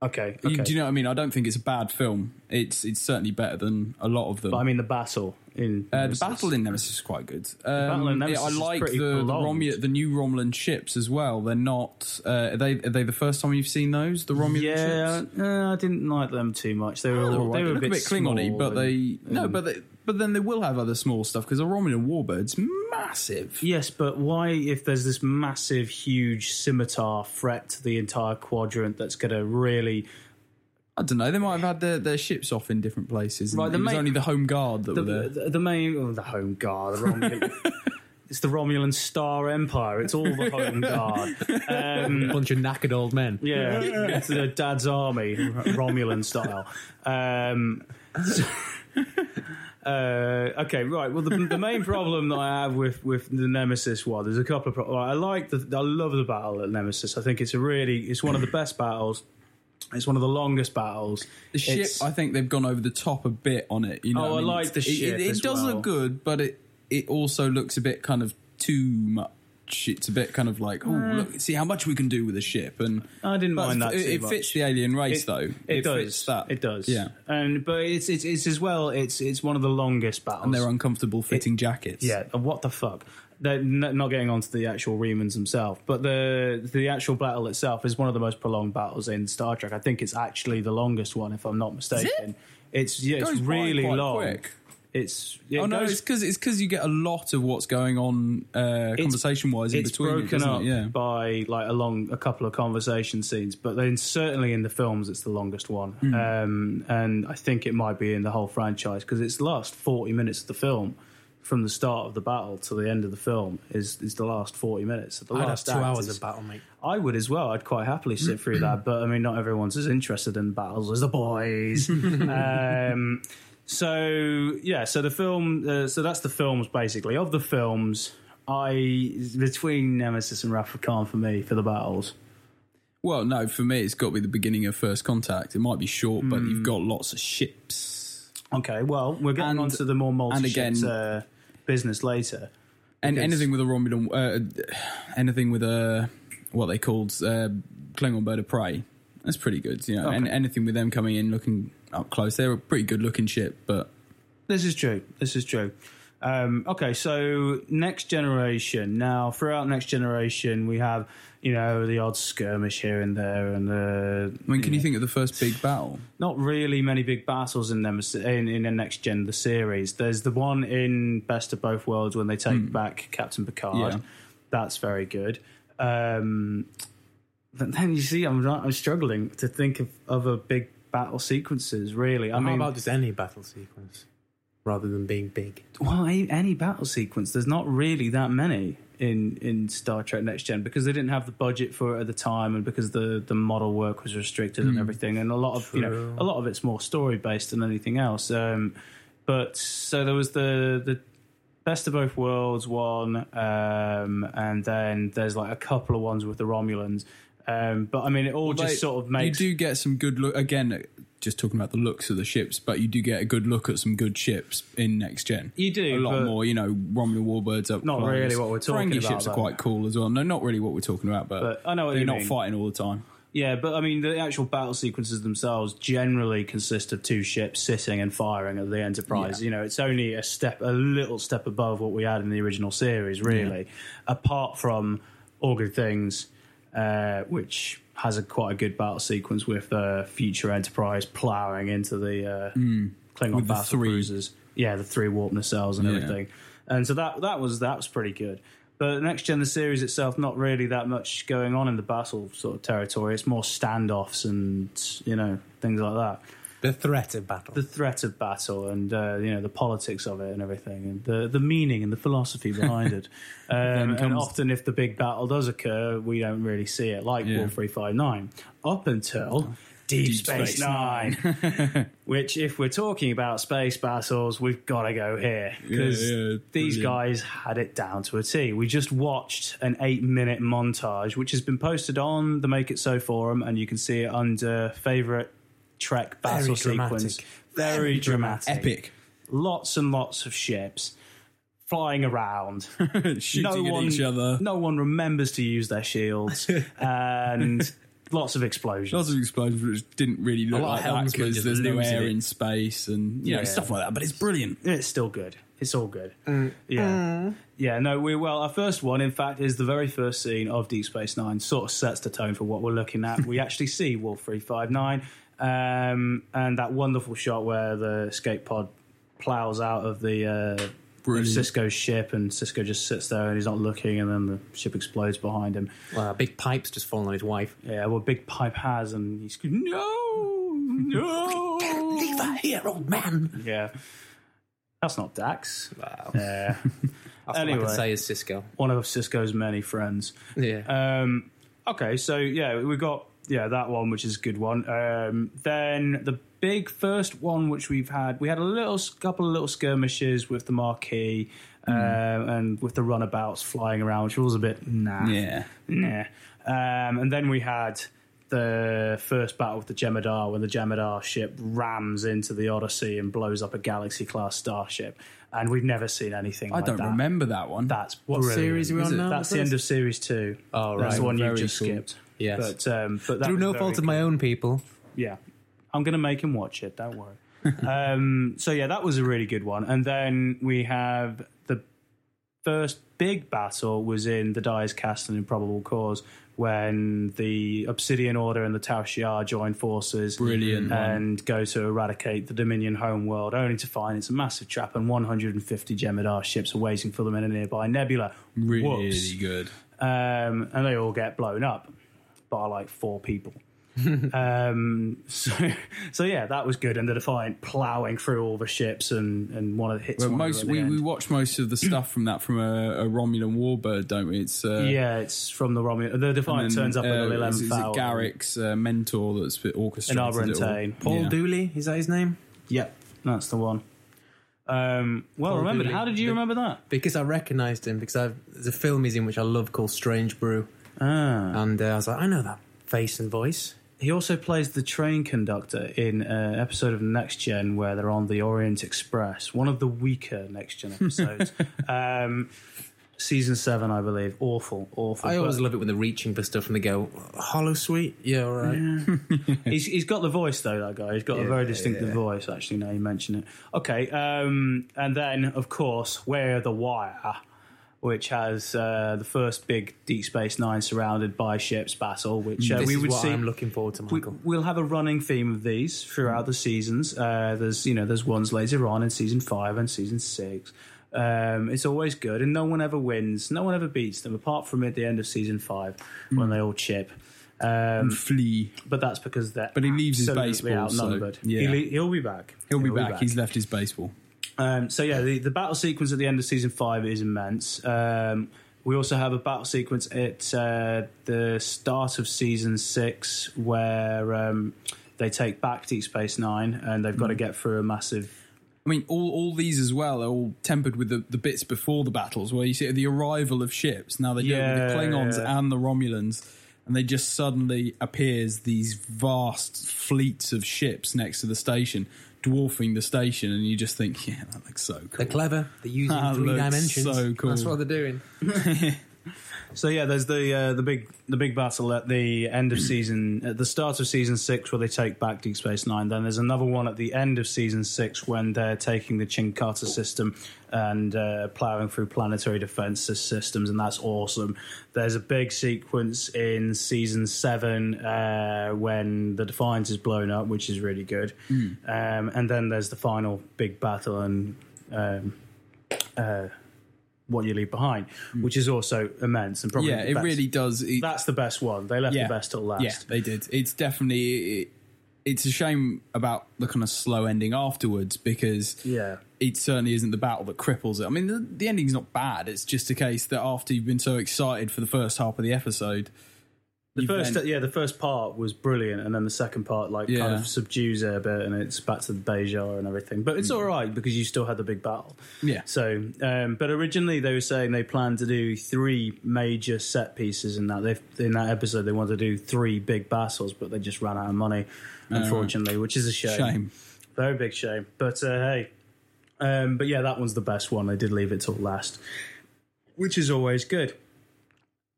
Speaker 3: Okay.
Speaker 4: You-
Speaker 3: Okay.
Speaker 4: do you know what I mean? I don't think it's a bad film. It's it's certainly better than a lot of them.
Speaker 3: but I mean the battle in
Speaker 4: Uh, the
Speaker 3: Nemesis.
Speaker 4: battle in Nemesis is quite good. Um,
Speaker 3: battle in
Speaker 4: yeah,
Speaker 3: Nemesis
Speaker 4: I
Speaker 3: is
Speaker 4: like
Speaker 3: pretty
Speaker 4: the the,
Speaker 3: prolonged.
Speaker 4: Romu- the new Romulan ships as well. They're not. Uh, are they are they the first time you've seen those? The Romulan
Speaker 3: Yeah,
Speaker 4: ships.
Speaker 3: uh, I didn't like them too much. They were,
Speaker 4: They're all
Speaker 3: they
Speaker 4: Oh,
Speaker 3: were
Speaker 4: right. They look
Speaker 3: a bit,
Speaker 4: Klingon-y,
Speaker 3: small
Speaker 4: but
Speaker 3: and-
Speaker 4: they no, but they, but then they will have other small stuff because a Romulan warbird's massive.
Speaker 3: Yes, but why, if there's this massive, huge scimitar threat to the entire quadrant that's going to really.
Speaker 4: I don't know. They might have had their, their ships off in different places. and
Speaker 3: Right, the
Speaker 4: it was
Speaker 3: main-
Speaker 4: only the home guard that
Speaker 3: The,
Speaker 4: were there.
Speaker 3: the, the main. Oh, the home guard. The Romulan, it's the Romulan Star Empire. It's all the home guard. Um,
Speaker 5: bunch of knackered old men.
Speaker 3: yeah, it's the dad's army, Romulan style. Um, so- uh, okay, right. Well, the, the main problem that I have with, with the Nemesis one, there's a couple of problems. I like the, I love the battle at Nemesis. I think it's a really, it's one of the best battles. It's one of the longest battles.
Speaker 4: The ship,
Speaker 3: It's-
Speaker 4: I think they've gone over the top a bit on it. You know,
Speaker 3: Oh,
Speaker 4: what
Speaker 3: I like
Speaker 4: It's-
Speaker 3: the ship
Speaker 4: It, it,
Speaker 3: as
Speaker 4: does
Speaker 3: well.
Speaker 4: look good, but it it also looks a bit kind of too much. It's a bit kind of like, oh, look, see how much we can do with a ship, and
Speaker 3: Uh. I didn't
Speaker 4: but
Speaker 3: mind that
Speaker 4: It,
Speaker 3: too
Speaker 4: it
Speaker 3: much.
Speaker 4: fits the alien race,
Speaker 3: It-
Speaker 4: though.
Speaker 3: It,
Speaker 4: Fits
Speaker 3: does.
Speaker 4: that
Speaker 3: It does.
Speaker 4: Yeah,
Speaker 3: And but it's it's, it's as well. It's it's one of the longest battles.
Speaker 4: and their uncomfortable fitting jackets.
Speaker 3: Yeah, and what the fuck? They're n- not getting onto the actual Remans themselves, but the the actual battle itself is one of the most prolonged battles in Star Trek. I think it's actually the longest one, if I'm not mistaken. It's yeah,
Speaker 4: Goes
Speaker 3: it's
Speaker 4: by
Speaker 3: really
Speaker 4: quite
Speaker 3: long.
Speaker 4: quick.
Speaker 3: It's it
Speaker 4: Oh no,
Speaker 3: goes-
Speaker 4: it's because it's because you get a lot of what's going on uh, conversation-wise in
Speaker 3: it's
Speaker 4: between. it,
Speaker 3: broken
Speaker 4: doesn't
Speaker 3: up
Speaker 4: it? Yeah.
Speaker 3: by like along a couple of conversation scenes, but then certainly in the films it's the longest one,
Speaker 4: Hmm.
Speaker 3: um, and I think it might be in the whole franchise because it's the last forty minutes of the film. from the start of the battle to the end of the film is is the last forty minutes. So the
Speaker 5: I'd have
Speaker 3: last
Speaker 5: two
Speaker 3: act
Speaker 5: hours
Speaker 3: is-
Speaker 5: of battle, mate.
Speaker 3: I would as well. I'd quite happily sit through that, but I mean, not everyone's as interested in battles as the boys. um, so yeah, so the film, uh, so that's the films basically. Of the films, I between Nemesis and Wrath of Khan for me for the battles.
Speaker 4: Well, no, for me, it's got to be the beginning of First Contact. It might be short, but
Speaker 3: Hmm.
Speaker 4: you've got lots of ships.
Speaker 3: Okay, well, we're getting
Speaker 4: And-
Speaker 3: onto the more multi
Speaker 4: again-
Speaker 3: uh, business later.
Speaker 4: And
Speaker 3: Because-
Speaker 4: anything with a Romulan, uh, anything with a what they called uh, Klingon bird of prey, that's pretty good. You know, and anything with them coming in looking up close, they're a pretty good looking ship. But
Speaker 3: This is true. This is true. Um, okay, so next generation. Now, throughout next generation, we have you know the odd skirmish here and there, and uh,
Speaker 4: I mean, can you think of the first big battle?
Speaker 3: not really many big battles in them in, in the next gen the series. There's the one in Best of Both Worlds when they take
Speaker 5: Hmm.
Speaker 3: back Captain Picard.
Speaker 4: Yeah.
Speaker 3: That's very good. Um, but then you see, I'm not, I'm struggling to think of other big battle sequences. Really, I
Speaker 5: How
Speaker 3: mean,
Speaker 5: about just any battle sequence rather than being big?
Speaker 3: well, a- any battle sequence. There's not really that many in in Star Trek Next Gen because they didn't have the budget for it at the time, and because the the model work was restricted
Speaker 4: Hmm.
Speaker 3: and everything. And a lot of you know,
Speaker 5: True.
Speaker 3: a lot of it's more story based than anything else. Um, but so there was the the best of both worlds one, um, and then there's like a couple of ones with the Romulans. Um, but I mean, it all
Speaker 4: They-
Speaker 3: just sort of makes
Speaker 4: you do get some good look again. Just talking about the looks of the ships, but you do get a good look at some good ships in next gen.
Speaker 3: You do,
Speaker 4: a lot
Speaker 3: but-
Speaker 4: more. You know, Romulan warbirds up.
Speaker 3: Not
Speaker 4: close.
Speaker 3: really what we're talking
Speaker 4: Ferengi
Speaker 3: about,
Speaker 4: ships
Speaker 3: though.
Speaker 4: are quite cool as well. No, not really what we're talking about, but,
Speaker 3: But I know what
Speaker 4: they're
Speaker 3: you
Speaker 4: not
Speaker 3: mean.
Speaker 4: fighting all the time.
Speaker 3: Yeah, but I mean, the actual battle sequences themselves generally consist of two ships sitting and firing at the Enterprise. You know, it's only a step, a little step above what we had in the original series, really. Apart from All Good Things, uh, which has a quite a good battle sequence with the future Enterprise ploughing into the uh, Klingon
Speaker 4: Mm. With the
Speaker 3: battle
Speaker 4: three.
Speaker 3: cruisers. Yeah, the three warp nacelles and
Speaker 4: Yeah.
Speaker 3: everything. And so that that was that was pretty good. But next gen, the series itself, not really that much going on in the battle sort of territory. It's more standoffs and you know things like that.
Speaker 5: The threat of battle.
Speaker 3: The threat of battle and uh, you know the politics of it and everything, and the the meaning and the philosophy behind it. Um, and
Speaker 4: comes-
Speaker 3: often, if the big battle does occur, we don't really see it, like
Speaker 4: Yeah. Oh,
Speaker 3: War three five nine, up until. Deep,
Speaker 4: Deep
Speaker 3: Space,
Speaker 4: Space
Speaker 3: Nine, which, if we're talking about space battles, we've got to go here because
Speaker 4: Yeah, yeah,
Speaker 3: these
Speaker 4: brilliant.
Speaker 3: guys had it down to a T. We just watched an eight-minute montage, which has been posted on the Make It So forum, and you can see it under favorite Trek battle sequence.
Speaker 5: dramatic.
Speaker 3: Very, dramatic.
Speaker 4: Epic.
Speaker 3: Lots and lots of ships flying around.
Speaker 4: Shooting at each other.
Speaker 3: No one remembers to use their shields, and lots of explosions.
Speaker 4: Lots of explosions which didn't really look
Speaker 5: lot
Speaker 4: like
Speaker 5: of
Speaker 4: that
Speaker 5: helmsmen
Speaker 4: because
Speaker 5: just
Speaker 4: there's no
Speaker 5: lose
Speaker 4: air
Speaker 5: it.
Speaker 4: in space and you know
Speaker 3: Yeah.
Speaker 4: stuff like that. But it's brilliant.
Speaker 3: it's still good. It's all good. Yeah. Yeah, no, we well, our first one, in fact, is the very first scene of Deep Space Nine, sort of sets the tone for what we're looking at. we actually see Wolf 359 um, and that wonderful shot where the escape pod plows out of the uh, of
Speaker 4: Brilliant.
Speaker 3: Cisco's ship, and Cisco just sits there and he's not looking, and then the ship explodes behind him.
Speaker 5: Wow, uh, big pipes just falling on his wife.
Speaker 3: Yeah, well, Big Pipe has, and he's no, no.
Speaker 5: Leave her here, old man.
Speaker 3: yeah. That's not Dax. uh,
Speaker 5: Wow.
Speaker 3: Yeah.
Speaker 5: That's all I
Speaker 3: Anyway.
Speaker 5: can say is Cisco.
Speaker 3: one of Cisco's many friends.
Speaker 5: Yeah.
Speaker 3: Um, okay, so yeah, we got yeah that one, which is a good one. Um, then the big first one, which we've had, we had a little s- couple of little skirmishes with the marquee
Speaker 4: Hmm.
Speaker 3: um, and with the runabouts flying around, which was a bit nah,
Speaker 4: Yeah.
Speaker 3: nah. Um, and then we had. The first battle with the Jemadar, when the Jemadar ship rams into the Odyssey and blows up a galaxy class starship, and we've never seen anything.
Speaker 4: I
Speaker 3: like
Speaker 4: don't
Speaker 3: that.
Speaker 4: remember that one.
Speaker 3: That's what
Speaker 5: series are we on now,
Speaker 3: That's
Speaker 5: the
Speaker 3: the end
Speaker 5: first?
Speaker 3: of series two.
Speaker 5: Oh,
Speaker 3: That's
Speaker 5: right.
Speaker 3: the one you
Speaker 4: Very
Speaker 3: just
Speaker 4: cool.
Speaker 3: skipped.
Speaker 5: Yes.
Speaker 3: But, um, but that
Speaker 5: Through
Speaker 3: was
Speaker 5: no
Speaker 3: very
Speaker 5: fault of
Speaker 3: cool.
Speaker 5: my own people.
Speaker 3: Yeah. I'm going to make him watch it. Don't worry. um, so, yeah, that was a really good one. And then we have the first big battle was in The Dies Cast and Improbable Cause when the Obsidian Order and the Tau Shiar join forces.
Speaker 4: Brilliant one.
Speaker 3: And go to eradicate the Dominion homeworld, only to find it's a massive trap and 150 Jemadar ships are waiting for them in a nearby nebula.
Speaker 4: really
Speaker 3: Whoops
Speaker 4: good.
Speaker 3: um, and they all get blown up by like four people. um, so, so yeah, that was good. And the Defiant plowing through all the ships and, and one of the hits.
Speaker 4: Well,
Speaker 3: one of
Speaker 4: most
Speaker 3: them at the
Speaker 4: we,
Speaker 3: end.
Speaker 4: we watch most of the stuff from that from a, a Romulan warbird, don't we? It's uh,
Speaker 3: yeah, it's from the Romulan. The
Speaker 4: and
Speaker 3: Defiant
Speaker 4: then,
Speaker 3: turns up with
Speaker 4: uh,
Speaker 3: an
Speaker 4: is,
Speaker 3: eleventh
Speaker 4: is
Speaker 3: hour.
Speaker 4: it Garrick's uh, mentor that's been
Speaker 3: an
Speaker 4: orchestrated
Speaker 3: Arbor and
Speaker 4: it all?
Speaker 3: Tane.
Speaker 5: Paul
Speaker 4: Yeah.
Speaker 5: Dooley, is that his name?
Speaker 3: Yep, that's the one. Um, well
Speaker 5: Paul
Speaker 3: remembered.
Speaker 5: Dooley.
Speaker 3: How did you
Speaker 5: The-
Speaker 3: remember that?
Speaker 5: Because I recognised him because I've, there's a film he's in which I love called Strange Brew,
Speaker 3: Ah.
Speaker 5: and uh, I was like, I know that face and voice.
Speaker 3: He also plays the train conductor in an episode of Next Gen where they're on the Orient Express, one of the weaker Next Gen episodes. um, season seven, I believe. Awful, awful.
Speaker 5: I
Speaker 3: But
Speaker 5: always love it when they're reaching for stuff and they go, Hollow Sweet? Yeah, all right.
Speaker 3: he's, he's got the voice though. That guy. He's got a very distinctive voice. Actually, now you mention it. Okay. Um, and then, of course, where the wire, which has uh, the first big Deep Space Nine surrounded by ships battle, which uh,
Speaker 5: Mm, This
Speaker 3: we
Speaker 5: is
Speaker 3: would
Speaker 5: what
Speaker 3: see.
Speaker 5: I'm looking forward to,
Speaker 3: we,
Speaker 5: Michael.
Speaker 3: we'll have a running theme of these throughout the seasons. Uh, there's you know there's ones later on in season five and season six. Um, it's always good, and no one ever wins. No one ever beats them, apart from at the end of season five
Speaker 4: Hmm.
Speaker 3: when they all chip. Um,
Speaker 4: Flea.
Speaker 3: but that's because they're
Speaker 4: But he leaves his
Speaker 3: absolutely
Speaker 4: baseball, so,
Speaker 3: outnumbered.
Speaker 4: yeah.
Speaker 3: He le- he'll be back.
Speaker 4: He'll be back. He's left his baseball.
Speaker 3: Um, so yeah, the, the battle sequence at the end of season five is immense. Um, we also have a battle sequence at uh, the start of season six where um, they take back Deep Space Nine and they've got to get through a massive.
Speaker 4: I mean, all, all these as well are all tempered with the, the bits before the battles, where you see the arrival of ships. Now they do it with
Speaker 3: Yeah.
Speaker 4: the Klingons and the Romulans, and they just suddenly appears these vast fleets of ships next to the station, dwarfing the station, and you just think, yeah, that looks so cool.
Speaker 5: They're clever. They're using
Speaker 4: That
Speaker 5: three
Speaker 4: looks
Speaker 5: dimensions.
Speaker 4: so cool.
Speaker 5: That's what they're doing.
Speaker 3: So yeah, there's the uh, the big the big battle at the end of season at the start of season six where they take back Deep Space Nine. Then there's another one at the end of season six when they're taking the Chinkata system and uh, plowing through planetary defense systems, and that's awesome. There's a big sequence in season seven uh, when the Defiance is blown up, which is really good. Um, and then there's the final big battle and. Um, uh, what you leave behind, which is also immense and probably
Speaker 4: Hmm. yeah,
Speaker 3: the
Speaker 4: it
Speaker 3: best.
Speaker 4: really does. It,
Speaker 3: That's the best one. They left the best till last.
Speaker 4: Yeah, they did. It's definitely. It, it's a shame about the kind of slow ending afterwards because
Speaker 3: Yeah.
Speaker 4: it certainly isn't the battle that cripples it. I mean, the, the ending's not bad. It's just a case that after you've been so excited for the first half of the episode,
Speaker 3: The
Speaker 4: you've
Speaker 3: first,
Speaker 4: then-
Speaker 3: yeah, the first part was brilliant, and then the second part like kind
Speaker 4: Yeah.
Speaker 3: of subdues it a bit, and it's back to the Bejar and everything. But it's
Speaker 4: Hmm.
Speaker 3: all right because you still had the big battle.
Speaker 4: Yeah.
Speaker 3: So, um, but originally they were saying they planned to do three major set pieces in that. They in that episode they wanted to do three big battles, but they just ran out of money, unfortunately, which is a
Speaker 4: Oh, shame.
Speaker 3: Very big shame. But uh, hey, um, but yeah, that one's the best one. I did leave it till last, which is always good.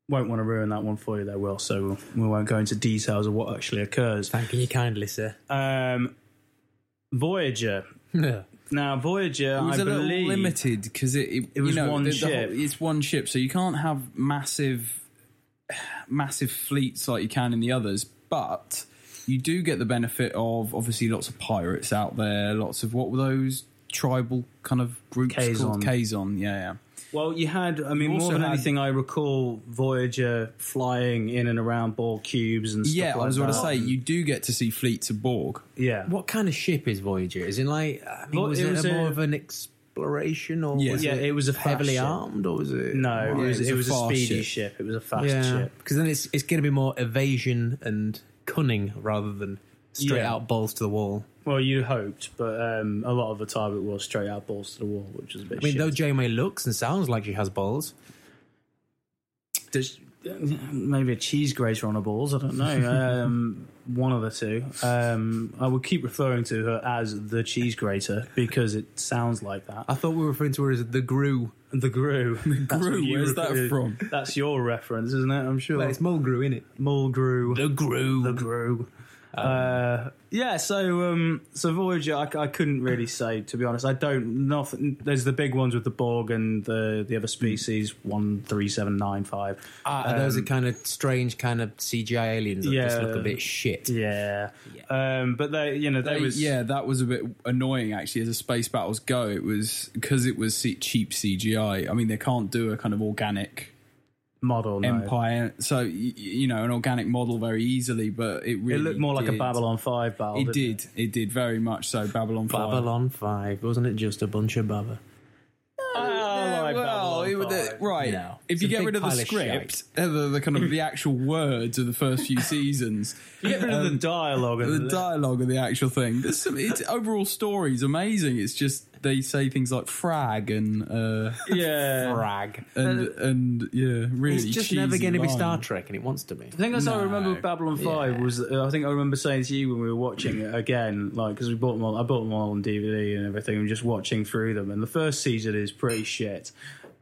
Speaker 3: Won't want to ruin that one for you, though, Will. So we won't go into details of what actually occurs.
Speaker 5: Thanking you kindly, sir.
Speaker 3: Um, Voyager. Now, Voyager,
Speaker 4: It was
Speaker 3: I
Speaker 4: a
Speaker 3: believe.
Speaker 4: little limited because it, it,
Speaker 3: was
Speaker 4: you know,
Speaker 3: one
Speaker 4: the- the
Speaker 3: ship.
Speaker 4: whole- it's one ship, so you can't have massive, massive fleets like you can in the others. But you do get the benefit of obviously lots of pirates out there, lots of what were those tribal kind of groups
Speaker 3: Kazon.
Speaker 4: called? Kazon, yeah, yeah.
Speaker 3: Well, you had, I mean,
Speaker 4: You
Speaker 3: more
Speaker 4: also
Speaker 3: than
Speaker 4: had-
Speaker 3: anything, I recall Voyager flying in and around Borg cubes and stuff
Speaker 4: yeah,
Speaker 3: like
Speaker 4: I was
Speaker 3: that.
Speaker 4: going to say you do get to see fleets of Borg.
Speaker 3: Yeah.
Speaker 5: What kind of ship is Voyager? Is it like, I mean,
Speaker 3: Well,
Speaker 5: was
Speaker 3: it
Speaker 5: it,
Speaker 3: was
Speaker 5: a,
Speaker 3: a-
Speaker 5: more of an exploration or
Speaker 4: Yeah.
Speaker 5: was
Speaker 3: Yeah,
Speaker 5: it,
Speaker 3: it was a fast
Speaker 5: heavily
Speaker 3: ship.
Speaker 5: armed or was it?
Speaker 3: No, it was,
Speaker 4: it was
Speaker 3: it
Speaker 4: a
Speaker 3: was a,
Speaker 4: fast
Speaker 3: speedy ship.
Speaker 4: ship.
Speaker 3: It was a fast
Speaker 5: Yeah,
Speaker 3: ship.
Speaker 5: because then it's it's going to be more evasion and cunning rather than straight
Speaker 3: Yeah.
Speaker 5: out balls to the wall.
Speaker 3: Well, you hoped, but um, a lot of the time it was straight out balls to the wall, which was a bit.
Speaker 5: I mean,
Speaker 3: shit.
Speaker 5: though Janeway looks and sounds like she has balls,
Speaker 3: There's maybe a cheese grater on her balls. I don't know. Um, one of the two. Um, I will keep referring to her as the cheese grater because it sounds like that.
Speaker 5: I thought we were referring to her as the Gru.
Speaker 3: The Gru. The
Speaker 4: Gru, where's that from?
Speaker 3: That's your reference, isn't it? I'm sure.
Speaker 5: Well, it's Mulgrew, isn't it?
Speaker 3: Mulgrew.
Speaker 5: The Gru.
Speaker 3: the brew.
Speaker 4: Um,
Speaker 3: Uh, yeah, so um, so Voyager, I, c- I couldn't really say to be honest. I don't. Nothing. There's the big ones with the Borg and the the other species one three seven nine five.
Speaker 5: Ah, are those are kind of strange, kind of CGI aliens that just
Speaker 3: um, Yeah.
Speaker 5: look a bit shit.
Speaker 3: Yeah. Um, but they, you know, they,
Speaker 4: They-
Speaker 3: was
Speaker 4: yeah, that was a bit annoying actually. As a space battles go, it was because it was se- cheap CGI. I mean, they can't do a kind of organic
Speaker 3: model. No.
Speaker 4: empire. So y- y- you know, an organic model very easily, but it
Speaker 3: It
Speaker 4: really
Speaker 3: looked more like a
Speaker 4: did-
Speaker 3: Babylon Five battle. didn't
Speaker 4: It did. It? did very much so. Babylon. five.
Speaker 5: Babylon 5, wasn't it just a bunch of baba?
Speaker 3: Oh, I like
Speaker 4: well,
Speaker 3: Babylon
Speaker 4: it would, uh,
Speaker 3: five.
Speaker 4: right.
Speaker 5: No.
Speaker 4: If
Speaker 5: It's
Speaker 4: you
Speaker 5: a
Speaker 4: get
Speaker 5: big
Speaker 4: rid of the
Speaker 5: pile of
Speaker 4: script, uh, the, the kind of the actual words of the first few seasons,
Speaker 3: You
Speaker 4: uh,
Speaker 3: get rid of the dialogue. And
Speaker 4: um, the dialogue of the actual thing. There's some. It's overall story's amazing. It's just they say things like frag and uh,
Speaker 3: yeah.
Speaker 5: Brag.
Speaker 4: and and yeah, really.
Speaker 5: It's just never
Speaker 4: cheesy
Speaker 5: going to be
Speaker 4: lines.
Speaker 5: Star Trek, and it wants to be.
Speaker 3: The thing that's I remember with Babylon Five
Speaker 5: Yeah.
Speaker 3: was uh, I think I remember saying to you when we were watching it again, like because we bought them all, I bought them all on DVD and everything, and just watching through them. And the first season is pretty shit,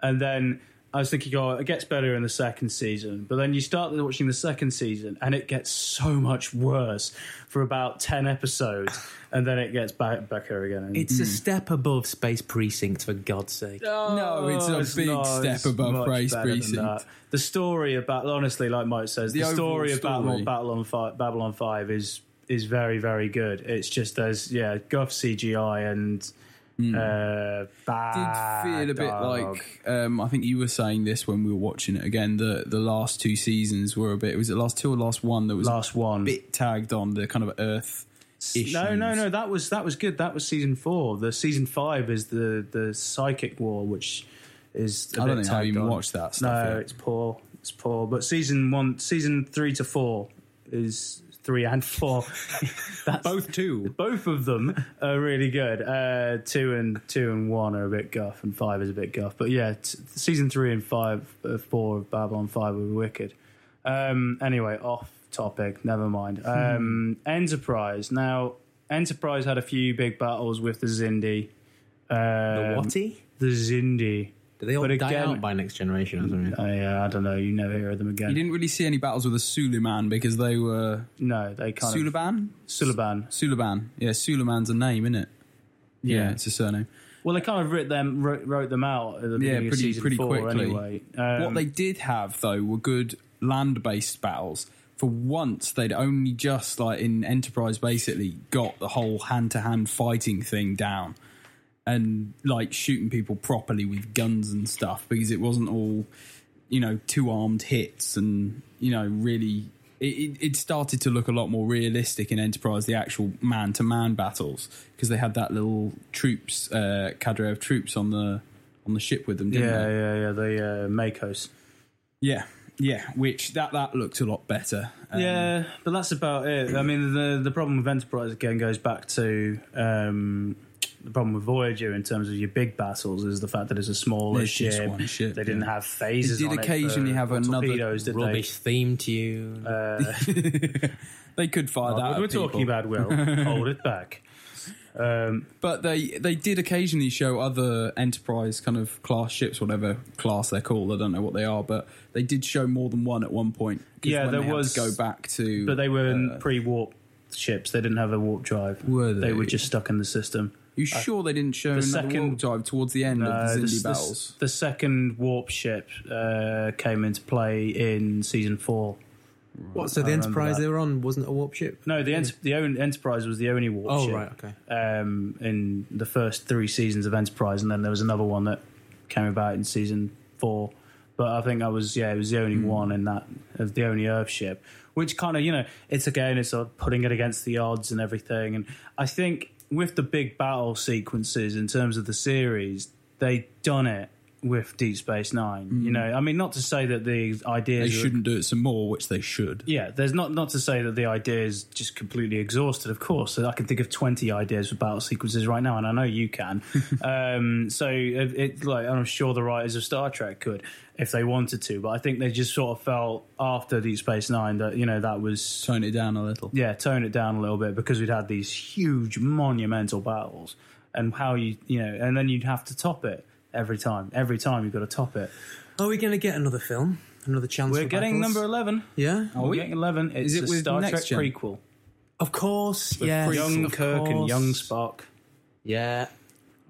Speaker 3: and then I was thinking, oh, it gets better in the second season, but then you start watching the second season, and it gets so much worse for about ten episodes, and then it gets back back here again. And-
Speaker 5: It's a step above Space Precinct, for God's sake.
Speaker 4: No, it's a big step
Speaker 3: Oh, it's
Speaker 4: above
Speaker 3: much
Speaker 4: Race
Speaker 3: better than
Speaker 4: Precinct.
Speaker 3: that. The story about honestly, like Mike says, the,
Speaker 4: The
Speaker 3: story,
Speaker 4: overall
Speaker 3: about
Speaker 4: story.
Speaker 3: Babylon Five, Babylon Five is is very very good. It's just there's yeah, guff CGI and uh, bad.
Speaker 4: did Hmm. feel a bit
Speaker 3: dialogue.
Speaker 4: like um, I think you were saying this when we were watching it again. The the last two seasons were a bit. Was it last two or last one that was
Speaker 3: last one.
Speaker 4: a bit tagged on the kind of Earth issues?
Speaker 3: No, no, no. That was that was good. That was season four. The season five is the the psychic war, which is. I
Speaker 4: I don't think I even watched that stuff
Speaker 3: No,
Speaker 4: yet.
Speaker 3: it's poor. It's poor. But season one, season three to four is three and four. That's,
Speaker 5: Both two.
Speaker 3: both of them are really good. Uh, two and two and one are a bit guff, and five is a bit guff. But yeah, t- season three and five, uh, four of Babylon Five were wicked. Um, anyway, off topic. Never
Speaker 5: Hmm.
Speaker 3: mind. Um, Enterprise. Now, Enterprise had a few big battles with the Zindi.
Speaker 5: The
Speaker 3: Um,
Speaker 5: Whatty?
Speaker 3: the Zindi.
Speaker 5: Do they all
Speaker 3: But
Speaker 5: die
Speaker 3: again-
Speaker 5: out by next generation or something?
Speaker 3: I, uh, I don't know. You never hear of them
Speaker 4: You
Speaker 3: again.
Speaker 4: didn't really see any battles with the Suleiman because they were
Speaker 3: No, they kind of
Speaker 4: Suliban.
Speaker 3: Suliban.
Speaker 4: Suliban. Yeah, Suliman's a name, isn't it? Yeah, it's a surname.
Speaker 3: Well, they kind of wrote them wrote, wrote them out at the beginning of
Speaker 4: pretty-
Speaker 3: season
Speaker 4: pretty
Speaker 3: four
Speaker 4: quickly.
Speaker 3: anyway. Um,
Speaker 4: what they did have though were good land-based battles. For once, they'd only just like in Enterprise basically got the whole hand-to-hand fighting thing down, and like shooting people properly with guns and stuff because it wasn't all you know two-armed hits and you know really. It, it- it started to look a lot more realistic in Enterprise, the actual man-to-man battles, because they had that little troops uh, cadre of troops on the on the ship with them. Didn't
Speaker 3: yeah,
Speaker 4: they?
Speaker 3: yeah, yeah, the uh, Makos.
Speaker 4: Yeah, yeah. Which that that looked a lot better. Um,
Speaker 3: yeah, but that's about it. I mean, the the problem with Enterprise again goes back to um, the problem with Voyager in terms of your big battles is the fact that it's a smaller
Speaker 4: It's
Speaker 3: ship.
Speaker 4: just one ship,
Speaker 3: They didn't
Speaker 4: yeah.
Speaker 3: have phases.
Speaker 4: It did
Speaker 3: on for-
Speaker 4: occasionally have
Speaker 3: for
Speaker 4: another
Speaker 3: torpedoes, did
Speaker 5: Rubbish theme tune.
Speaker 3: They? Uh,
Speaker 4: they could fire that.
Speaker 3: what
Speaker 4: at
Speaker 3: we're talking
Speaker 4: people.
Speaker 3: about, Will. Hold it back. Um,
Speaker 4: But they they did occasionally show other Enterprise kind of class ships, whatever class they're called. I don't know what they are, but they did show more than one at one point. 'cause
Speaker 3: Yeah,
Speaker 4: when
Speaker 3: there
Speaker 4: they had to
Speaker 3: was-
Speaker 4: go back to. uh,
Speaker 3: but they were in pre-warp ships. They didn't have a warp drive.
Speaker 4: Were
Speaker 3: They
Speaker 4: they?
Speaker 3: were just stuck in the system.
Speaker 4: you sure they didn't show another
Speaker 3: second-
Speaker 4: warp drive towards the end
Speaker 3: Uh,
Speaker 4: of the
Speaker 3: this-
Speaker 4: Zindi
Speaker 3: this-
Speaker 4: battles?
Speaker 3: the second warp ship uh, came into play in season four.
Speaker 5: what? So
Speaker 3: I
Speaker 5: the
Speaker 3: remember
Speaker 5: Enterprise
Speaker 3: that.
Speaker 5: they were on wasn't a warp ship.
Speaker 3: No, the ent- the own Enterprise was the only warp
Speaker 5: Oh,
Speaker 3: ship.
Speaker 5: right, okay.
Speaker 3: Um, in the first three seasons of Enterprise, and then there was another one that came about in season four. But I think I was yeah, it was the only
Speaker 5: Hmm.
Speaker 3: one in that as the only Earth ship, which kind of you know it's again it's sort of putting it against the odds and everything. And I think with the big battle sequences in terms of the series, they done it with Deep Space Nine. You
Speaker 5: Hmm.
Speaker 3: know, I mean, not to say that the
Speaker 4: They
Speaker 3: ideas are-
Speaker 4: shouldn't do it some more, which they should.
Speaker 3: yeah, there's not not to say that the idea is just completely exhausted. Of course, I can think of twenty ideas for battle sequences right now, and I know you can. um, so it, it, like, and I'm sure the writers of Star Trek could if they wanted to, but I think they just sort of felt after Deep Space Nine that you know that was
Speaker 4: Tone it down a little.
Speaker 3: yeah tone it down a little bit because we'd had these huge monumental battles, and how you you know, and then you'd have to top it every time. Every time you've got to top it.
Speaker 5: Are we going to get another film? Another chance?
Speaker 3: We're
Speaker 5: for
Speaker 3: getting
Speaker 5: battles?
Speaker 3: number eleven.
Speaker 5: Yeah,
Speaker 4: Are
Speaker 3: We're
Speaker 4: we?
Speaker 3: getting eleven. It's
Speaker 4: Is it
Speaker 3: a
Speaker 4: with
Speaker 3: Star Trek
Speaker 4: Next Gen?
Speaker 3: prequel.
Speaker 5: of course. Yeah,
Speaker 3: young
Speaker 5: of
Speaker 3: Kirk and
Speaker 5: course.
Speaker 3: young Spock.
Speaker 5: Yeah,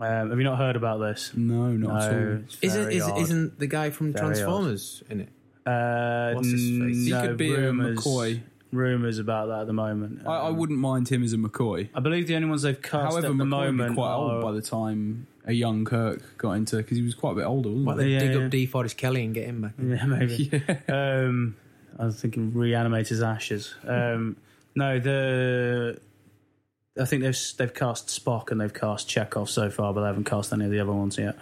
Speaker 3: Um, have you not heard about this?
Speaker 4: No, not at all.
Speaker 3: it's
Speaker 5: isn't
Speaker 3: very
Speaker 5: is,
Speaker 3: odd.
Speaker 5: isn't the guy from
Speaker 3: Very odd.
Speaker 5: Transformers in it?
Speaker 3: uh,
Speaker 5: what's his face?
Speaker 4: He
Speaker 3: no,
Speaker 4: could be a
Speaker 3: rumors,
Speaker 4: McCoy.
Speaker 3: Rumors about that at the moment.
Speaker 4: I, I
Speaker 3: Um,
Speaker 4: wouldn't mind him as a McCoy.
Speaker 3: I believe the only ones they've cast
Speaker 4: However,
Speaker 3: at the
Speaker 4: McCoy would
Speaker 3: moment
Speaker 4: be quite
Speaker 3: are
Speaker 4: old by the time a young Kirk got into because he was quite a bit older, wasn't
Speaker 5: Well,
Speaker 4: he?
Speaker 5: they
Speaker 3: Yeah,
Speaker 5: dig
Speaker 3: yeah.
Speaker 5: up D. Forest Kelly and get him back.
Speaker 3: Yeah, maybe. Um, I was thinking reanimate his ashes. Um, no, the I think they've they've cast Spock and they've cast Chekhov so far, but they haven't cast any of the other ones yet.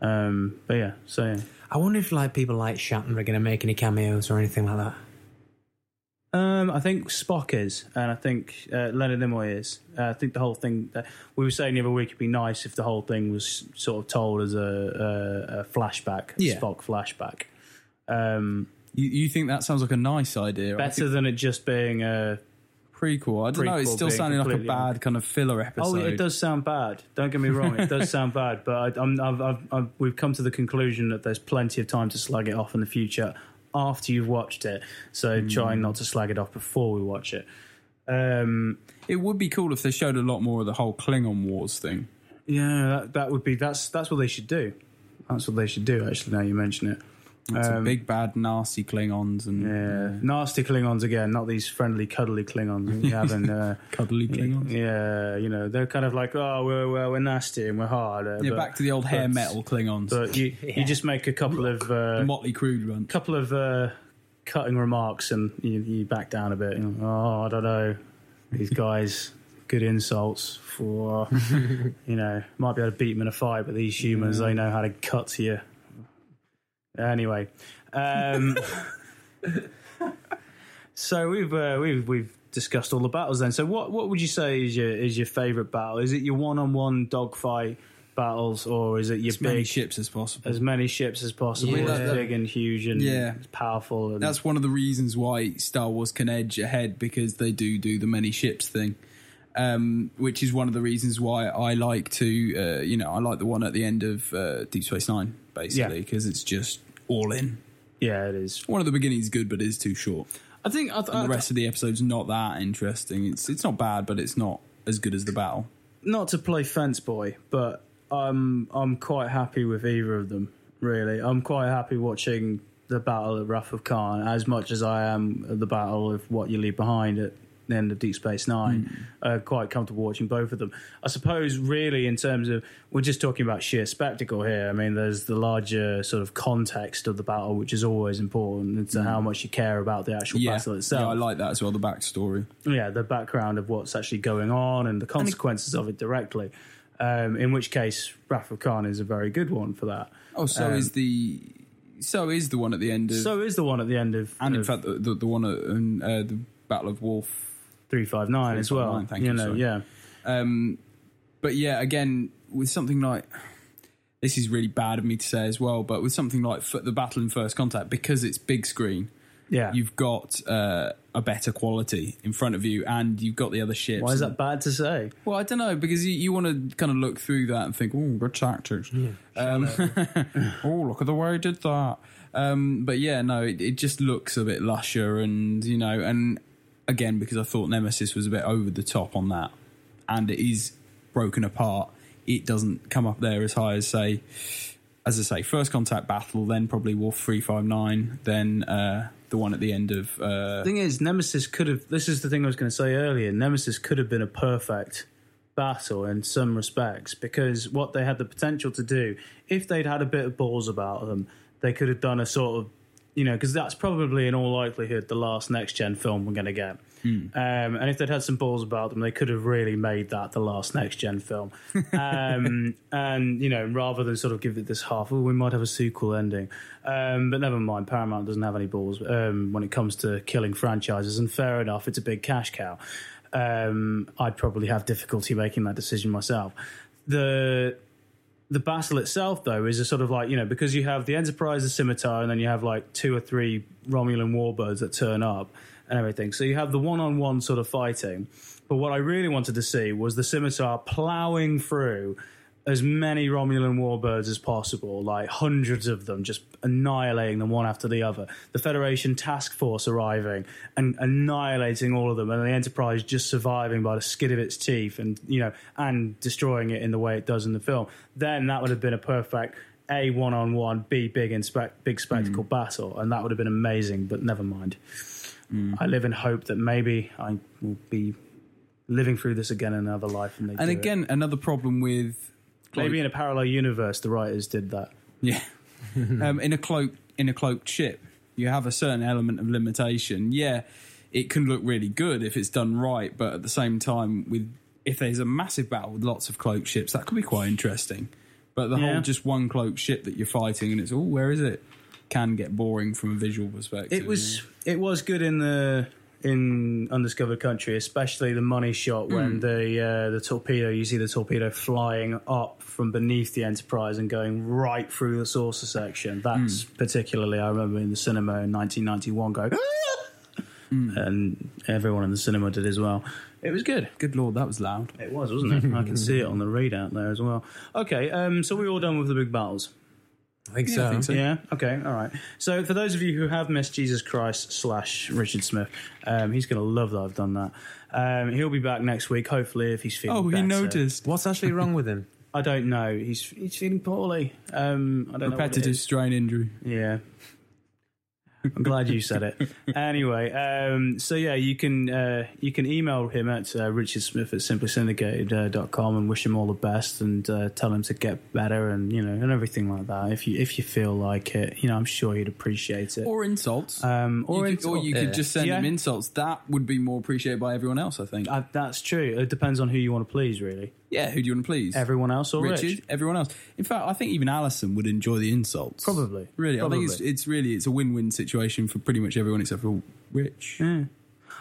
Speaker 3: Um, but yeah, so yeah.
Speaker 5: I wonder if like people like Shatner are going to make any cameos or anything like that.
Speaker 3: Um, I think Spock is, and I think uh, Leonard Nimoy is. Uh, I think the whole thing that we were saying the other week it'd be nice if the whole thing was sort of told as a, a, a flashback, a
Speaker 5: Yeah.
Speaker 3: Spock flashback. Um,
Speaker 4: You, you think that sounds like a nice idea? I
Speaker 3: better than it just being a
Speaker 4: think prequel. I don't know. It's
Speaker 3: Prequel
Speaker 4: still
Speaker 3: being
Speaker 4: sounding like a
Speaker 3: completely-
Speaker 4: bad kind of filler
Speaker 3: Oh,
Speaker 4: episode.
Speaker 3: it does sound bad. Don't get me wrong; it does sound bad. But I, I'm, I've, I've, I've, we've come to the conclusion that there's plenty of time to slag it off in the future after you've watched it. So trying not to slag it off before we watch it. Um,
Speaker 4: It would be cool if they showed a lot more of the whole Klingon Wars thing.
Speaker 3: yeah, that, that would be that's that's what they should do. That's what they should do. Actually, now you mention it.
Speaker 4: It's a
Speaker 3: Um,
Speaker 4: big bad nasty Klingons and
Speaker 3: Yeah,
Speaker 4: Mm.
Speaker 3: nasty Klingons again, not these friendly, cuddly Klingons you have in. Uh,
Speaker 4: cuddly Klingons.
Speaker 3: yeah, you know they're kind of like, oh, we're we're, we're nasty and we're hard. uh,
Speaker 4: Yeah,
Speaker 3: but-
Speaker 4: back to the old hair
Speaker 3: but-
Speaker 4: metal Klingons.
Speaker 3: But you, you just make a couple of uh,
Speaker 4: the Motley Crue run.
Speaker 3: couple of uh, cutting remarks and you, you back down a bit. You know, oh, I don't know. These guys, good insults for, you know, might be able to beat them in a fight, but these humans, they know how to cut to you. Anyway, um, so we've uh, we've we've discussed all the battles. Then, so what what would you say is your is your favorite battle? Is it your one on one dogfight battles, or is it your
Speaker 4: As
Speaker 3: big
Speaker 4: many ships as possible.
Speaker 3: as many ships as possible.
Speaker 5: Yeah.
Speaker 3: It's
Speaker 4: That- that-
Speaker 3: big and huge and
Speaker 4: Yeah.
Speaker 3: it's powerful. And
Speaker 4: That's one of the reasons why Star Wars can edge ahead because they do do the many ships thing, um, which is one of the reasons why I like to, uh, you know, I like the one at the end of uh, Deep Space Nine basically
Speaker 3: Yeah.
Speaker 4: because it's just all in.
Speaker 3: yeah, it is.
Speaker 4: One of the beginning's good, but is too short.
Speaker 3: I think I th-
Speaker 4: And the rest of the episode's not that interesting. It's it's not bad, but it's not as good as the battle.
Speaker 3: not to play fence boy, but I'm I'm quite happy with either of them. Really, I'm quite happy watching the battle at Wrath of Khan as much as I am at the battle of what you leave behind at the end of Deep Space Nine.
Speaker 4: Hmm.
Speaker 3: Uh, quite comfortable watching both of them. I suppose, really, in terms of we're just talking about sheer spectacle here. I mean, there's the larger sort of context of the battle, which is always important into how much you care about the actual
Speaker 4: Hmm. Yeah,
Speaker 3: battle itself
Speaker 4: yeah, I like that as well. The backstory.
Speaker 3: yeah, the background of what's actually going on and the consequences of it directly. Um, in which case, Wrath of Khan is a very good one for that.
Speaker 4: Oh, so is the so is the one at the end of
Speaker 3: So is the one at the end of,
Speaker 4: and in
Speaker 3: of
Speaker 4: fact the the, the one at um, uh, the Battle of Wolf.
Speaker 3: 359 as well.
Speaker 4: 359, thank
Speaker 3: you
Speaker 4: you,
Speaker 3: know,
Speaker 4: sorry.
Speaker 3: yeah.
Speaker 4: Um, but yeah, again with something like this is really bad of me to say as well, but with something like F- the Battle in First Contact because it's big screen.
Speaker 3: Yeah.
Speaker 4: You've got uh, a better quality in front of you, and you've got the other ships.
Speaker 3: Why is
Speaker 4: and-
Speaker 3: that bad to say?
Speaker 4: Well, I don't know because you, you want to kind of look through that and think, oh, good tactics. um, oh, look at the way he did that. Um, but yeah, no, it, it just looks a bit lusher, and you know, and again because I thought Nemesis was a bit over the top on that, and it is broken apart. It doesn't come up there as high as say, as I say, first contact battle, then probably Wolf three five nine, then uh, the one at the end of uh,
Speaker 3: The thing is, Nemesis could have. This is the thing I was going to say earlier. Nemesis could have been a perfect battle in some respects because what they had the potential to do, if they'd had a bit of balls about them, they could have done a sort of, you know, because that's probably in all likelihood the last next gen film we're going to get. Um, and if they'd had some balls about them, they could have really made that the last next gen film. Um, and, you know, rather than sort of give it this half, oh, we might have a sequel ending. Um, but never mind, Paramount doesn't have any balls um, when it comes to killing franchises. And fair enough, it's a big cash cow. Um, I'd probably have difficulty making that decision myself. The the battle itself though is a sort of like you know because you have the enterprise the scimitar and then you have like two or three romulan warbirds that turn up and everything so you have the one-on-one sort of fighting but what i really wanted to see was the scimitar plowing through as many romulan warbirds as possible like hundreds of them just annihilating them one after the other the federation task force arriving and annihilating all of them and the enterprise just surviving by the skid of its teeth and you know and destroying it in the way it does in the film then that would have been a perfect a one on one b big in spec- big spectacle battle and that would have been amazing but never mind i live in hope that maybe i will be living through this again in another life and they
Speaker 4: And
Speaker 3: do it.
Speaker 4: again, another problem with
Speaker 3: Maybe in a parallel universe, the writers did that.
Speaker 4: Yeah. um, in a cloak in a cloaked ship, you have a certain element of limitation. Yeah, it can look really good if it's done right, but at the same time, with if there's a massive battle with lots of cloaked ships, that could be quite interesting. But the
Speaker 3: Yeah.
Speaker 4: whole just one cloaked ship that you're fighting and it's oh, where is it? Can get boring from a visual perspective.
Speaker 3: It was it was good in the in Undiscovered Country, especially the money shot when the uh, the torpedo you see the torpedo flying up from beneath the Enterprise and going right through the saucer section. That's particularly I remember in the cinema in 1991 going. "Ah!" And everyone in the cinema did as well. It was good.
Speaker 4: Good lord, that was loud.
Speaker 3: It was, wasn't it? I can see it on the readout there as well. Okay, um, so we're all done with the big battles.
Speaker 5: I think so.
Speaker 4: I think so.
Speaker 3: Yeah. Okay. All right. So for those of you who have missed Jesus Christ slash Richard Smith, um, he's going to love that I've done that. Um, he'll be back next week, hopefully, if he's feeling.
Speaker 4: Oh, he
Speaker 3: better.
Speaker 4: noticed.
Speaker 5: What's actually wrong with him?
Speaker 3: I don't know. He's he's feeling poorly. Um, I don't know. what it
Speaker 4: Repetitive
Speaker 3: is.
Speaker 4: strain injury.
Speaker 3: Yeah. I'm glad you said it. Anyway, um, so yeah, you can uh, you can email him at uh, Richard Smith at simplysyndicated.com and wish him all the best and uh, tell him to get better and you know and everything like that. If you if you feel like it, you know, I'm sure he'd appreciate it.
Speaker 4: Or insults.
Speaker 3: um,
Speaker 4: or,
Speaker 3: or
Speaker 4: you
Speaker 3: in-
Speaker 4: could, or you
Speaker 5: yeah.
Speaker 4: could just send
Speaker 3: Yeah.
Speaker 4: him insults. That would be more appreciated by everyone else, I think.
Speaker 3: uh, that's true. It depends on who you want to please, really.
Speaker 4: yeah, who do you want to please?
Speaker 3: Everyone else or
Speaker 4: Richard,
Speaker 3: Rich?
Speaker 4: everyone else. In fact, I think even Alison would enjoy the insults.
Speaker 3: Probably.
Speaker 4: Really, I
Speaker 3: Probably.
Speaker 4: think it's, it's really it's a win-win situation for pretty much everyone except for Rich.
Speaker 3: Mm.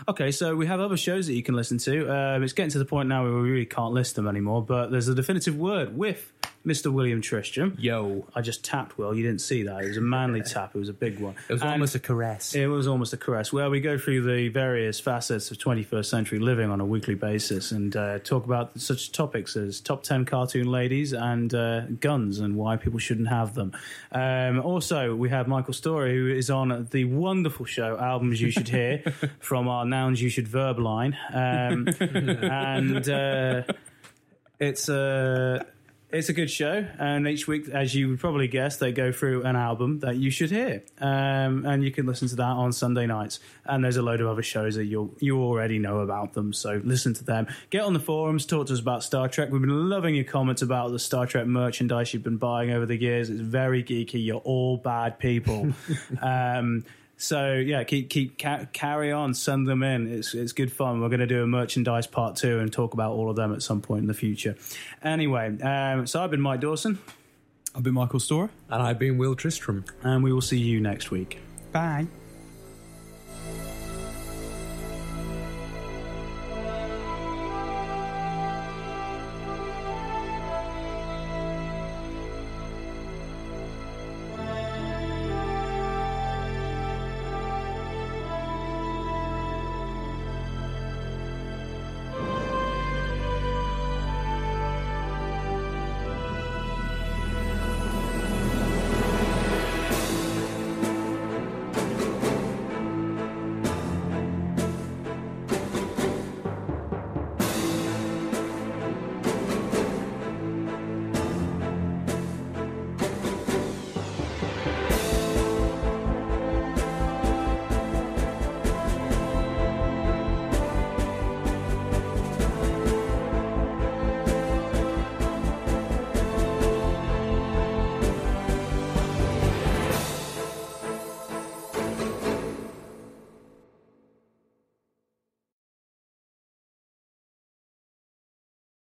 Speaker 3: Okay, so we have other shows that you can listen to. Um, it's getting to the point now where we really can't list them anymore, but there's a definitive word with Mr. William Tristram.
Speaker 5: Yo.
Speaker 3: I just tapped Will. You didn't see that. It was a manly tap. It was a big one.
Speaker 5: It was
Speaker 3: And
Speaker 5: almost a caress.
Speaker 3: it was almost a caress. Where we go through the various facets of 21st century living on a weekly basis and uh, talk about such topics as top 10 cartoon ladies and uh, guns and why people shouldn't have them. Um, also, we have Michael Story, who is on the wonderful show Albums You Should Hear from our Nouns You Should Verb line. Um, and. Uh, it's uh, a it's a good show, and each week, as you would probably guess, they go through an album that you should hear, um, and you can listen to that on Sunday nights. And there's a load of other shows that you you already know about them, so listen to them. Get on the forums, talk to us about Star Trek. We've been loving your comments about the Star Trek merchandise you've been buying over the years. It's very geeky. You're all bad people. um, so yeah, keep keep ca- carry on, send them in. It's it's good fun. We're going to do a merchandise part two and talk about all of them at some point in the future. Anyway, um, so I've been Mike Dawson,
Speaker 4: I've been Michael Storer.
Speaker 5: And I've been Will Tristram.
Speaker 3: and we will see you next week.
Speaker 4: Bye.